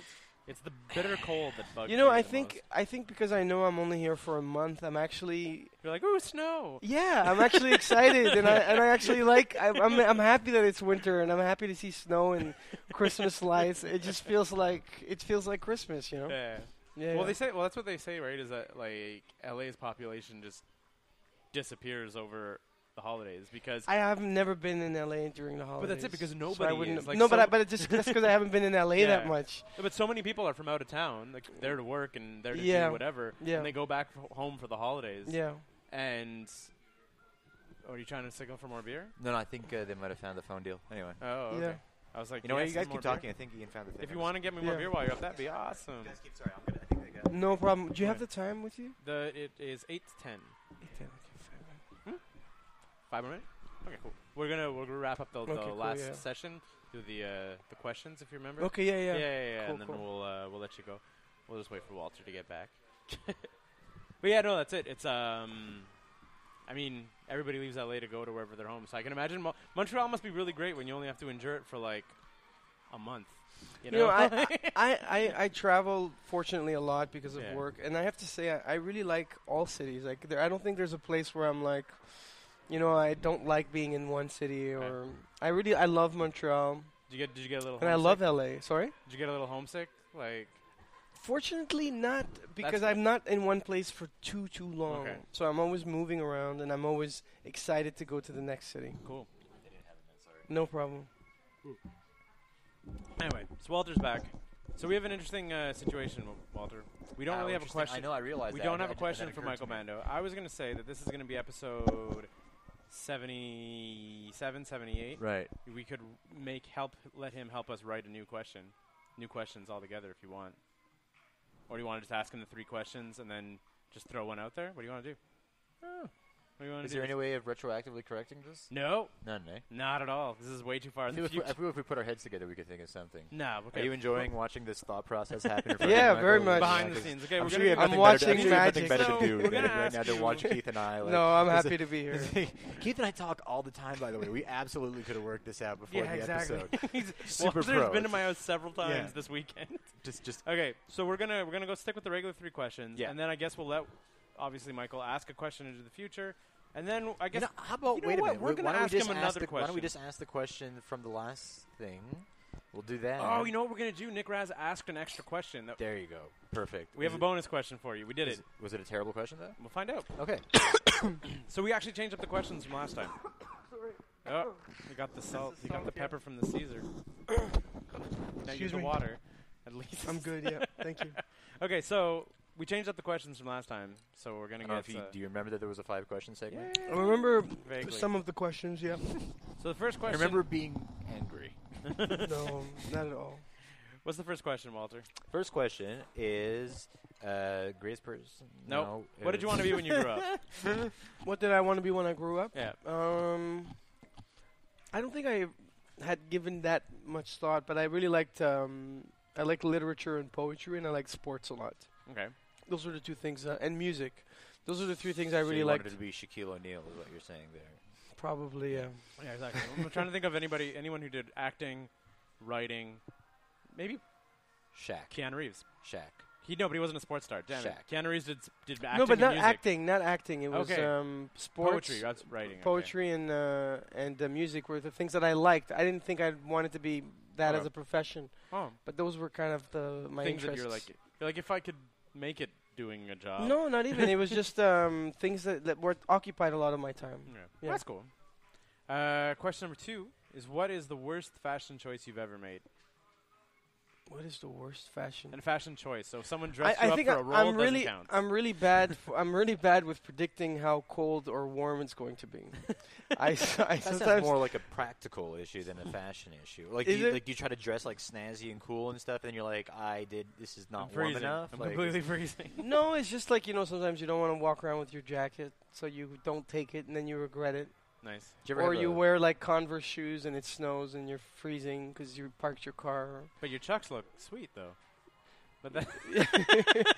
S2: It's the bitter cold that bugs.
S3: you know,
S2: me
S3: I
S2: the
S3: think
S2: most.
S3: I think because I know I'm only here for a month, I'm actually
S2: you're like, ooh, snow.
S3: yeah, I'm actually excited, and I and I actually like I, I'm I'm happy that it's winter, and I'm happy to see snow and Christmas lights. It just feels like it feels like Christmas, you know.
S2: Yeah.
S3: Yeah.
S2: Well,
S3: yeah.
S2: they say. Well, that's what they say, right? Is that like LA's population just disappears over the holidays because.
S3: I have never been in LA during the holidays.
S2: that's it, because
S3: so I
S2: nobody
S3: wouldn't-
S2: is, like,
S3: no,
S2: so-
S3: but I, but it just that's because I haven't been in LA that
S2: Yeah.
S3: much.
S2: but so many people are from out of town, like there to work and there to
S3: Yeah.
S2: do whatever,
S3: Yeah.
S2: and they go back f- home for the holidays.
S3: Yeah.
S2: And oh, are you trying to signal for more beer?
S4: no, no, I think uh, they might have found the phone deal. Anyway,
S2: Oh, okay.
S3: Yeah.
S2: I was like,
S4: you know what?
S2: yes,
S4: You guys
S2: some
S4: keep
S2: more beer?
S4: talking. I think Ian found the thing.
S2: If you want to get me more
S3: Yeah.
S2: beer while you're up, that'd be awesome.
S4: keep. Sorry, I'm gonna. I think I got.
S3: No problem. Do you have the time with you?
S2: The it is eight to ten. Five more minutes. Okay, cool. We're gonna we're gonna wrap up the, the
S3: Okay, cool,
S2: last
S3: yeah.
S2: session through the uh, the questions if you remember.
S3: Okay. Yeah.
S2: Yeah, yeah,
S3: Yeah.
S2: yeah. yeah,
S3: Cool,
S2: and then
S3: cool.
S2: we'll uh, we'll let you go. We'll just wait for Walter to get back. [laughs] but yeah, no, that's it. It's um, I mean, everybody leaves LA to go to wherever they're home. So I can imagine Mo- Montreal must be really great when you only have to endure it for like a month. You know,
S3: You know,
S2: [laughs]
S3: I, I, I, I travel fortunately a lot because of
S2: Yeah.
S3: work, and I have to say I, I really like all cities. Like there, I don't think there's a place where I'm like, you know, I don't like being in one city.
S2: Right.
S3: Or I really I love Montreal
S2: did you get did you get a little
S3: and I
S2: homesick?
S3: love LA. Sorry.
S2: Did you get a little homesick? Like
S3: Fortunately, not because
S2: good.
S3: I'm not in one place for too too long.
S2: Okay.
S3: So I'm always moving around, and I'm always excited to go to the next city.
S2: cool.
S3: No problem.
S2: Anyway, so Walter's back. So we have an interesting uh, situation, Wa- Walter. We don't really have a question.
S4: Uh, I know. I realized
S2: we
S4: that.
S2: don't
S4: I-
S2: have
S4: I-
S2: a
S4: that
S2: question for
S4: occurred to
S2: Michael
S4: me.
S2: Bando. I was going to say that this is going to be episode 77, 78.
S4: Right.
S2: We could make help let him help us write a new question, new questions altogether if you want. Or do you want to just ask him the three questions and then just throw one out there? What do you want to do? What do you want
S4: Is
S2: to do?
S4: there any way of retroactively correcting this?
S2: no,
S4: None, eh?
S2: not at all. This is way too far
S4: I
S2: in the
S4: feel if we, I
S2: future.
S4: feel if we put our heads together, we could think of something.
S2: No, okay.
S4: Are you enjoying watching this thought process happen? in front
S3: Yeah,
S4: of you,
S3: very
S4: Michael?
S3: much.
S2: behind
S4: Yeah,
S2: the
S4: 'cause
S2: scenes? Okay,
S4: I'm
S2: we're
S4: sure
S2: gonna
S4: you have
S2: get
S4: nothing
S3: I'm
S4: better to-
S3: watching
S4: I'm sure you have nothing
S3: Magic.
S4: better to do
S2: So, [laughs] we're
S4: than
S2: gonna
S4: right now
S2: ask
S4: to
S2: you-
S4: watch Keith and I. Like,
S3: no, I'm
S4: this is-
S3: happy to
S2: [laughs]
S3: be here.
S4: Keith and I talk all the time. By the way, we absolutely could have worked this out before
S2: yeah,
S4: the
S2: exactly.
S4: episode.
S2: He's-
S4: Super
S2: Walter's
S4: pro.
S2: been to my house several times
S4: Yeah.
S2: this weekend.
S4: Just, just
S2: Okay, so we're gonna we're gonna go stick with the regular three questions,
S4: Yeah.
S2: and then I guess we'll let obviously Michael ask a question into the future, and then I
S4: You
S2: guess
S4: know, how about
S2: you know
S4: wait a
S2: what?
S4: minute?
S2: We're
S4: wh-
S2: gonna
S4: why don't
S2: ask
S4: we just
S2: him another
S4: the, Why don't we
S2: question.
S4: just ask the question from the last thing? We'll do that.
S2: oh, you know what we're gonna do? Nick Raz asked an extra question. That
S4: There you go. Perfect.
S2: we have a bonus question for you. We did
S4: Was
S2: it.
S4: it, was it a terrible question though?
S2: We'll find out.
S4: Okay.
S2: So we actually changed up the questions from last time. Oh, you got the salt. You got the pepper from the Caesar. now you
S3: Excuse
S2: the
S3: me.
S2: water. At least
S3: I'm good. Yeah, thank you.
S2: Okay, so we changed up the questions from last time, so we're
S4: I
S2: gonna
S4: don't know
S2: get.
S4: if you,
S2: uh,
S4: do you remember that there was a five question segment?
S3: I remember
S2: Vaguely.
S3: some of the
S2: [laughs]
S3: questions. Yeah,
S2: so the first
S4: I
S2: question.
S4: remember being angry.
S3: [laughs] no, not at all.
S2: [laughs] What's the first question, Walter?
S4: First question is uh, greatest person.
S2: Nope.
S4: No.
S2: What did you want to be
S4: [laughs]
S2: when you grew
S3: [laughs]
S2: up?
S3: What did I want to be when I grew up?
S2: Yeah.
S3: Um, I don't think I had given that much thought, but I really liked um, I liked literature and poetry, and I liked sports a lot.
S2: Okay.
S3: Those were the two things, uh, and music. Those are the three things I
S4: so
S3: really
S4: you
S3: liked.
S4: wanted to be Shaquille O'Neal is what you're saying there.
S3: Probably, yeah.
S2: Yeah, exactly. I'm trying to think of anybody, anyone who did acting, writing, maybe
S4: Shaq.
S2: Keanu Reeves.
S4: Shaq.
S2: He no, but he wasn't a sports star. Damn it.
S4: Shaq.
S2: Keanu Reeves did s- did acting.
S3: no, but
S2: and
S3: not
S2: music.
S3: acting. Not acting. It was
S2: Okay.
S3: um, sports,
S2: Poetry. That's writing. okay.
S3: poetry, and uh, and uh, music were the things that I liked. I didn't think I wanted to be that
S2: Okay.
S3: as a profession,
S2: Oh,
S3: but those were kind of the my
S2: Uh-huh. things that
S3: interests.
S2: you're like, you're like if I could make it doing a job.
S3: No, not
S2: [laughs]
S3: even. it was just um, things that, that were occupied a lot of my time.
S2: Yeah.
S3: Yeah.
S2: That's cool. Uh, question number two is what is the worst fashion choice you've ever made?
S3: What is the worst fashion?
S2: Hmm. And fashion choice, so if someone
S3: I,
S2: dressed
S3: I
S2: you
S3: think
S2: up for
S3: I,
S2: a role
S3: am
S2: doesn't
S3: really,
S2: count.
S3: I'm really
S2: [laughs]
S3: bad. f- I'm really bad with predicting how cold or warm it's
S2: [laughs]
S3: going to be.
S4: [laughs]
S3: I, s- I
S4: That
S3: sometimes
S4: sounds more like a practical issue than a fashion issue. Like,
S3: Is
S4: you,
S3: it?
S4: like you try to dress like snazzy and cool and stuff, and you're like, I did. This is
S2: I'm
S4: not warm
S2: freezing.
S4: enough.
S2: I'm
S4: like,
S2: completely [laughs] freezing.
S3: no, it's just like you know. Sometimes you don't want to walk around with your jacket, so you don't take it, and then you regret it.
S2: nice.
S4: did you ever
S3: Or
S4: have
S3: you
S4: a-
S3: wear like Converse shoes, and it snows, and you're freezing because you parked your car.
S2: But your chucks look sweet though. But that, [laughs]
S4: Did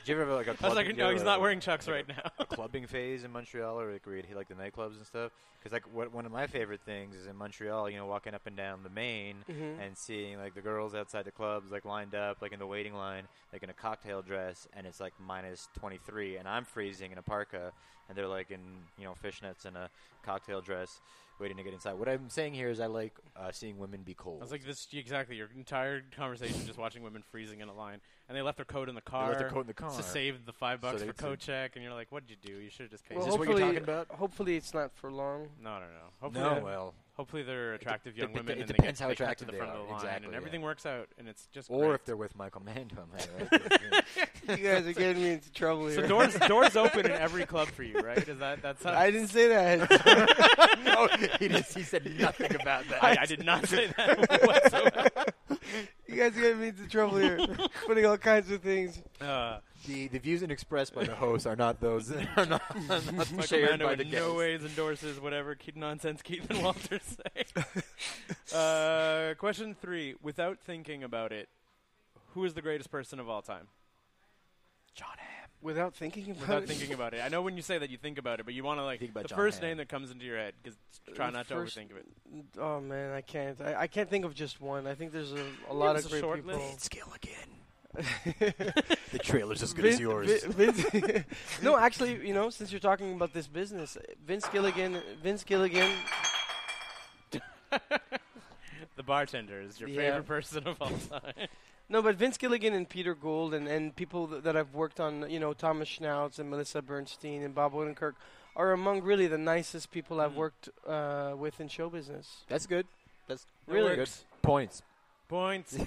S4: you ever have like a
S2: I was
S4: club-
S2: like,
S4: did you ever
S2: no, he's
S4: have
S2: not
S4: a-
S2: wearing chucks
S4: like
S2: right now.
S4: a clubbing phase in Montreal, or like where you'd hit like the nightclubs and stuff. Because like what, one of my favorite things is in Montreal, you know, walking up and down the main
S2: Mm-hmm.
S3: Mhm.
S4: and seeing like the girls outside the clubs like lined up like in the waiting line, like in a cocktail dress, and it's like minus twenty three, and I'm freezing in a parka, and they're like in you know fishnets and a cocktail dress, waiting to get inside. What I'm saying here is I like uh, seeing women be cold.
S2: I was like, this exactly. Your entire conversation just watching women freezing in a line, and they left their coat in the
S4: They
S2: car.
S4: left their coat in the car.
S2: To save the five
S4: So
S2: bucks
S4: they
S2: for
S4: could-
S2: coat check, and you're like, what'd you do? You should have just paid.
S3: Well,
S4: is this what you're
S3: hopefully-
S4: talking about?
S3: Hopefully, it's not for
S2: [laughs]
S3: long.
S2: no, I don't know. Oh, Hopefully,
S4: No, well,
S2: hopefully they're attractive
S4: dep-
S2: young
S4: it
S2: women. and
S4: depends how
S2: they get, they cut
S4: attractive
S2: to the
S4: they
S2: front
S4: are.
S2: of the line,
S4: Exactly,
S2: and
S4: yeah.
S2: everything works out, and it's just.
S4: or if
S2: great.
S4: they're with Michael Mando, am
S2: [laughs]
S4: I right? Yeah.
S3: you guys are getting me into trouble here.
S2: so doors
S3: [laughs]
S4: [laughs]
S2: doors open in every club for you, right? Is that that's how
S3: I didn't
S2: [laughs]
S3: say that.
S4: no, he, just, he said nothing about that.
S2: I, I did not say that whatsoever.
S3: you guys are getting me into
S2: [laughs]
S3: trouble here. Putting all kinds of things.
S2: Uh,
S4: The, the views and expressed
S2: [laughs]
S4: by the host are not those [laughs] that are not, are not
S2: Michael
S4: shared
S2: Mando
S4: by
S2: in
S4: the guests.
S2: no ways endorses whatever Keith nonsense Keith and Walter
S4: [laughs]
S2: say. uh, question three: Without thinking about it, who is the greatest person of all time?
S4: John Hamm.
S3: Without thinking about
S4: [laughs]
S2: Without
S3: it.
S2: thinking about it, I know when you say that you think about it, but you want to like
S4: Think about
S2: the
S4: John
S2: first
S4: Hamm. Uh,
S2: name that comes into your head because try
S3: The
S2: not to
S3: first-
S2: overthink of it.
S3: Oh man, I can't. I, I can't think of just one. I think there's a, a lot
S2: us
S3: of
S2: a
S3: great
S2: short
S3: people.
S2: list.
S4: Gilligan.
S3: [laughs]
S4: the trailer's as good as
S3: Vin-
S4: yours.
S3: Vin- [laughs] Vince- no, actually, you know, since you're talking about this business, Vince Gilligan, Vince Gilligan,
S2: The bartender is your
S3: Yeah.
S2: favorite person of all time.
S3: no, but Vince Gilligan and Peter Gould and, and people th- that I've worked on, you know, Thomas Schnauz and Melissa Bernstein and Bob Odenkirk are among really the nicest people I've
S2: Mm.
S3: worked uh, with in show business.
S4: That's good. That's
S3: Really?
S4: good. Points.
S2: Points.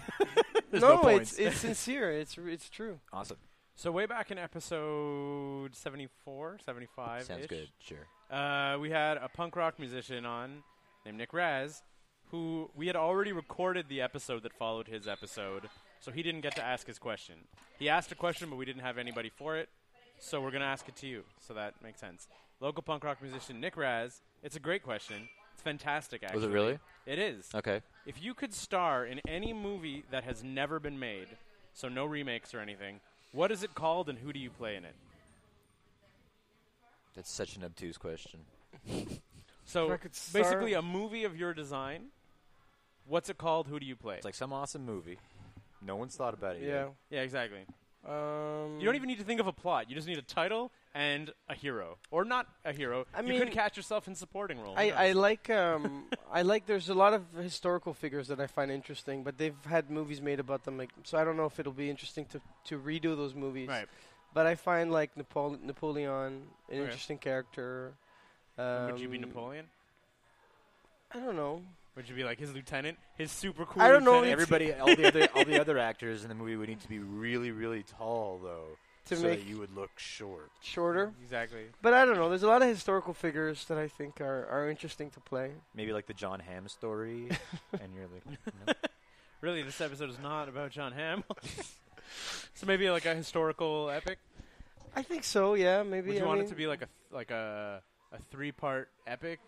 S4: There's no
S3: it's
S2: [laughs]
S4: points.
S3: it's sincere. It's r- it's true.
S2: Oh,
S4: Awesome.
S2: So way back in episode 74, 75
S4: Sounds good. Sure.
S2: Uh, we had a punk rock musician on named Nick Raz, who we had already recorded the episode that followed his episode, so he didn't get to ask his question. He asked a question, but we didn't have anybody for it, So we're gonna ask it to you. So that makes sense. Local punk rock musician Nick Raz. It's a great question. It's fantastic. Actually,
S5: Was it really?
S2: It is.
S5: Okay.
S2: If you could star in any movie that has never been made, so no remakes or anything, what is it called and who do you play in it?
S5: That's such an obtuse question.
S2: So
S3: If I could star-
S2: basically, a movie of your design. What's it called? Who do you play?
S4: It's like some awesome movie. No one's thought about it
S3: Yeah.
S4: yet.
S2: yeah, exactly.
S3: Um,
S2: You don't even need to think of a plot. You just need a title and a hero, or not a hero.
S3: I
S2: you could
S3: mean-
S2: catch yourself in supporting role.
S3: I,
S2: Yeah.
S3: I
S2: [laughs]
S3: like um I like there's a lot of historical figures that I find interesting, but they've had movies made about them like so I don't know if it'll be interesting to, to redo those movies.
S2: right.
S3: But I find like Napole- Napoleon an
S2: Okay.
S3: interesting character.
S2: And would you be
S3: Um,
S2: Napoleon?
S3: I don't know.
S2: Would you be like his lieutenant, his super cool?
S3: I don't know,
S2: lieutenant?
S4: Everybody, all the other, all the other actors in the movie would need to be really, really tall though,
S3: [laughs] To
S4: so
S3: make
S4: that you would look short.
S2: Mm.
S3: shorter.
S2: exactly.
S3: But I don't know. There's a lot of historical figures that I think are, are interesting to play.
S4: Maybe like the John
S3: [laughs]
S4: Hamm story, and you're like, nope.
S2: Really, this episode is not about John Hamm. [laughs] so maybe like a historical epic.
S3: I think so, yeah, maybe
S2: Would you
S3: I
S2: want
S3: mean-
S2: it to be like a th- like a a three part epic?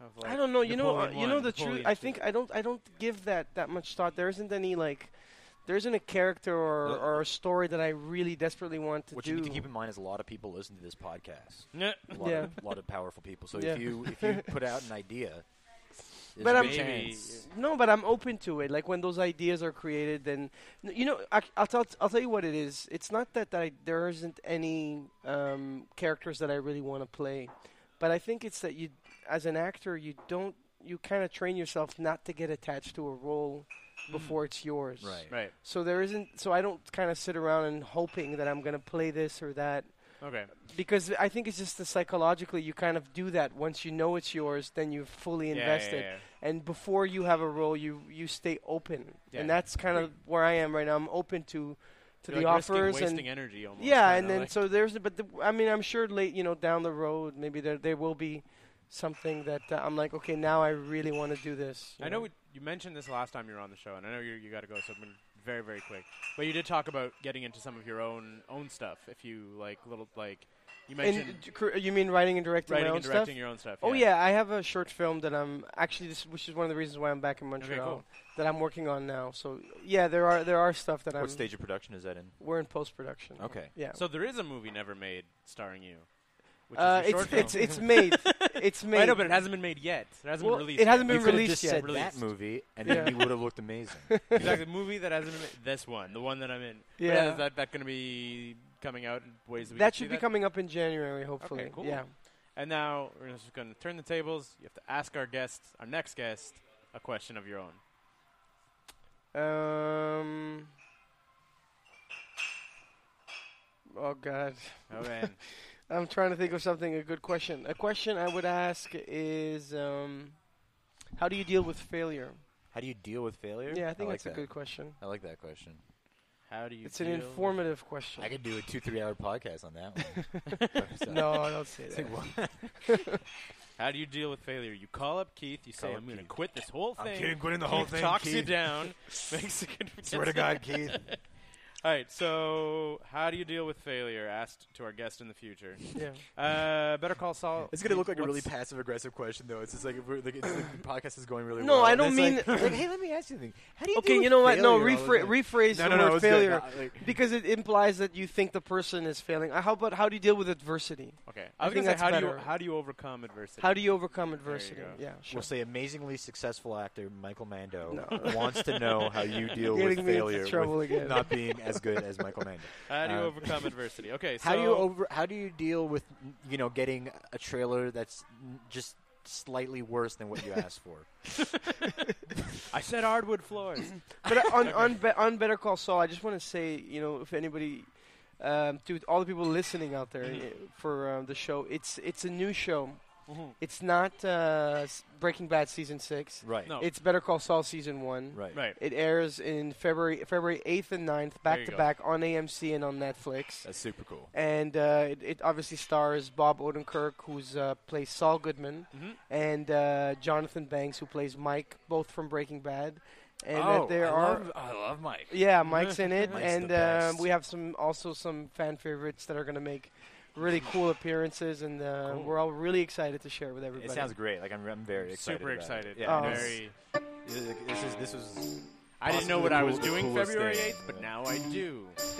S2: Of like
S3: I don't know. You know, uh,
S2: Napoleon
S3: you know
S2: one,
S3: the truth.
S2: Napoleon
S3: I
S2: two?
S3: think I don't. I don't give that that much thought. There isn't any like, there isn't a character or,
S4: Uh,
S3: or a story that I really desperately want to
S4: What
S3: do.
S4: you need to keep in mind is a lot of people listen to this podcast.
S2: Yeah.
S4: A lot,
S3: Yeah.
S4: of, lot of powerful people. So
S3: Yeah.
S4: if you if you put out an
S3: [laughs]
S4: idea, there's
S3: But
S4: a
S3: I'm-
S4: good
S2: Maybe.
S4: chance.
S3: no, but I'm open to it. Like when those ideas are created, then n- you know. I, I'll tell. I'll tell you what it is. It's not that I, there isn't any um, characters that I really want to play, but I think it's that you, as an actor, you don't. You kind of train yourself not to get attached to a role before it's yours.
S4: Hmm. Right.
S2: Right.
S3: So there isn't. So I don't kind of sit around and hoping that I'm going to play this or that
S2: Okay.
S3: because I think it's just the psychologically you kind of do that once you know it's yours, then you're fully
S2: Yeah, yeah,
S3: invested.
S2: yeah,
S3: And before you have a role, you you stay open,
S2: Yeah.
S3: and that's kind of where I am right now. I'm open to to
S2: You're,
S3: the
S2: like, risking
S3: offers
S2: wasting
S3: and.
S2: energy almost.
S3: Yeah,
S2: kinda,
S3: and then
S2: like-
S3: so there's, but the, I mean, I'm sure late, you know, down the road, maybe there there will be something that uh, I'm like, okay, now I really want to do this. you
S2: I know we, you mentioned this last time you were on the show, and I know you you got to go, so I'm gonna very very quick. But you did talk about getting into some of your own own stuff. If you like little like you mentioned
S3: And d- cr- you mean writing and directing
S2: writing
S3: my own
S2: and directing
S3: stuff?
S2: your own stuff.
S3: Oh yeah, I have a short film that I'm actually this, which is one of the reasons why I'm back in Montreal
S2: cool.
S3: that I'm working on now. So yeah, there are there are stuff that I'm.
S4: What stage of production is that in?
S3: We're in post production.
S4: Okay.
S3: Yeah.
S2: So there is a movie never made starring you. Which
S3: uh,
S2: is your
S3: it's
S2: short
S3: it's
S2: film.
S3: it's made.
S2: [laughs]
S3: it's made.
S2: I know, but it hasn't been made yet. It hasn't
S3: Well,
S2: been released.
S3: it hasn't
S4: You
S3: been
S4: could have
S3: released
S4: just
S3: yet.
S4: said
S2: Released.
S4: that movie, and
S3: Yeah.
S4: then you would have looked amazing.
S2: yet. exactly. The movie that hasn't been made. This one, the one that I'm in. But
S3: Yeah.
S2: Is that, that going to be coming out in ways that we
S3: that
S2: can
S3: should
S2: see
S3: be coming up in January, hopefully.
S2: cool.
S3: Yeah.
S2: And now we're just going to turn the tables. You have to ask our guest, our next guest, a question of your own.
S3: Um. Oh God,
S2: Oh man.
S3: I'm trying to think of something. A good question. A question I would ask is, um, how do you deal with failure?
S4: How do you deal with failure?
S3: Yeah, I think
S4: like
S3: that's a
S4: that.
S3: good question.
S4: I like that question.
S2: How do you?
S3: It's an
S2: deal with-
S3: informative question.
S4: I could do a two three hour podcast on that one. [laughs] By myself.
S3: no, don't say
S4: It's
S3: that.
S4: like, what?
S2: How do you deal with failure? You call up Keith. You say,
S4: Call up
S2: "I'm going to
S4: Keith.
S2: quit this whole thing."
S4: quitting the
S2: Keith talks you down. makes it- [laughs]
S4: Swear to God, Keith.
S2: All right. So, how do you deal with failure? Asked to our guest in the future.
S3: Yeah.
S2: Uh, Better Call Saul.
S4: It's gonna look like a really
S2: What's-
S4: passive aggressive question, though. It's just like, if we're, like, it's like the podcast is going really
S3: No,
S4: well.
S3: I
S4: and
S3: don't
S4: it's
S3: mean-
S4: Like, like, hey, let me ask you something. How do you?
S3: Okay,
S4: deal
S3: you
S4: with
S3: know what? No,
S4: failure all the
S3: rephrase,
S4: time?
S3: rephrase
S4: No,
S3: the
S4: no, no,
S3: word
S4: it's good.
S3: failure
S4: No, like-
S3: because it implies that you think the person is failing. Uh, How about how do you deal with adversity?
S2: Okay.
S3: I
S2: I was
S3: think
S2: gonna say,
S3: that's
S2: how do
S3: better.
S2: you how do you overcome adversity?
S3: How do you overcome
S2: you
S3: adversity?
S2: go.
S3: yeah, sure.
S4: We'll say amazingly successful actor Michael Mando
S3: No.
S4: wants to know how you
S3: [laughs]
S4: deal
S3: Getting
S4: with
S3: me into
S4: failure
S3: trouble
S4: with [laughs]
S3: again.
S4: not being as good as Michael Mando.
S2: How do you
S4: Uh,
S2: overcome adversity?
S4: [laughs]
S2: Okay. So
S4: how do you over? How do you deal with you know getting a trailer that's n- just slightly worse than what you asked for?
S2: I said hardwood floors.
S4: [coughs]
S2: [coughs]
S3: But uh, on on, Be- on Better Call Saul, I just want to say, you know, if anybody, um, to all the people listening out there
S4: Mm.
S3: uh, for um, the show, it's it's a new show.
S2: Mhm.
S3: It's not uh, s- Breaking Bad season six.
S4: [laughs] Right.
S2: No.
S3: It's Better Call Saul season one.
S4: Right.
S2: right.
S3: It airs in February February 8th and 9th, back
S2: you
S3: to
S2: go.
S3: back on AMC and on Netflix.
S4: That's super cool.
S3: And uh, it, it obviously stars Bob Odenkirk, who's uh, plays Saul Goodman,
S2: Mhm.
S3: and uh, Jonathan Banks, who plays Mike, both from Breaking Bad. and
S4: oh,
S3: that there
S4: I
S3: are
S4: love, I love Mike.
S3: [laughs] yeah, Mike's in it,
S4: Mike's the
S3: and um,
S4: best.
S3: we have some also some fan favorites that are going to make really cool appearances, and uh,
S4: Cool.
S3: we're all really excited to share with everybody.
S4: It sounds great. Like I'm, I'm very excited.
S2: Super
S4: about it.
S2: excited.
S4: Yeah,
S3: Oh.
S4: I know.
S2: Very.
S4: This is this is this was.
S2: I didn't know
S4: Possibly
S2: what I
S4: the cool-
S2: was
S4: the
S2: doing
S4: coolest
S2: February
S4: thing.
S2: 8th, but now I do.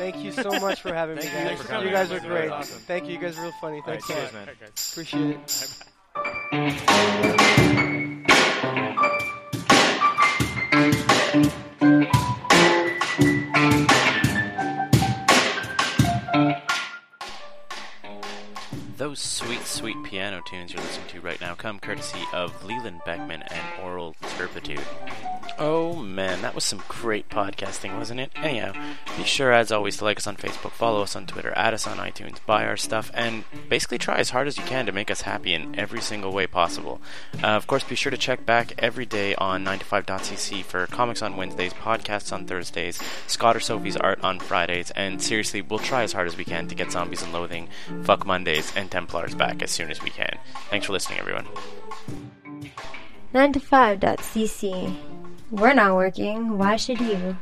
S3: Thank you so much for having me.
S4: [laughs] Thank
S2: you
S3: guys.
S2: for coming.
S3: you guys are
S2: Thanks for
S3: great.
S2: coming. Awesome.
S3: Thank you. You guys are real funny.
S4: All right,
S3: Thanks a lot.
S4: cheers, man.
S2: Okay, guys.
S3: Appreciate it.
S5: Those sweet, sweet piano tunes you're listening to right now come courtesy of Leland Beckman and Oral Turpitude. Oh man, that was some great podcasting, wasn't it? Anyhow, be sure as always to like us on Facebook, follow us on Twitter, add us on iTunes, buy our stuff, and basically try as hard as you can to make us happy in every single way possible. Uh, of course, be sure to check back every day on 9to5.cc for comics on Wednesdays, podcasts on Thursdays, Scott or Sophie's art on Fridays, and seriously, we'll try as hard as we can to get Zombies and Loathing, Fuck Mondays, and Templars back as soon as we can. Thanks for listening, everyone.
S6: 9to5.cc. We're not working. Why should you?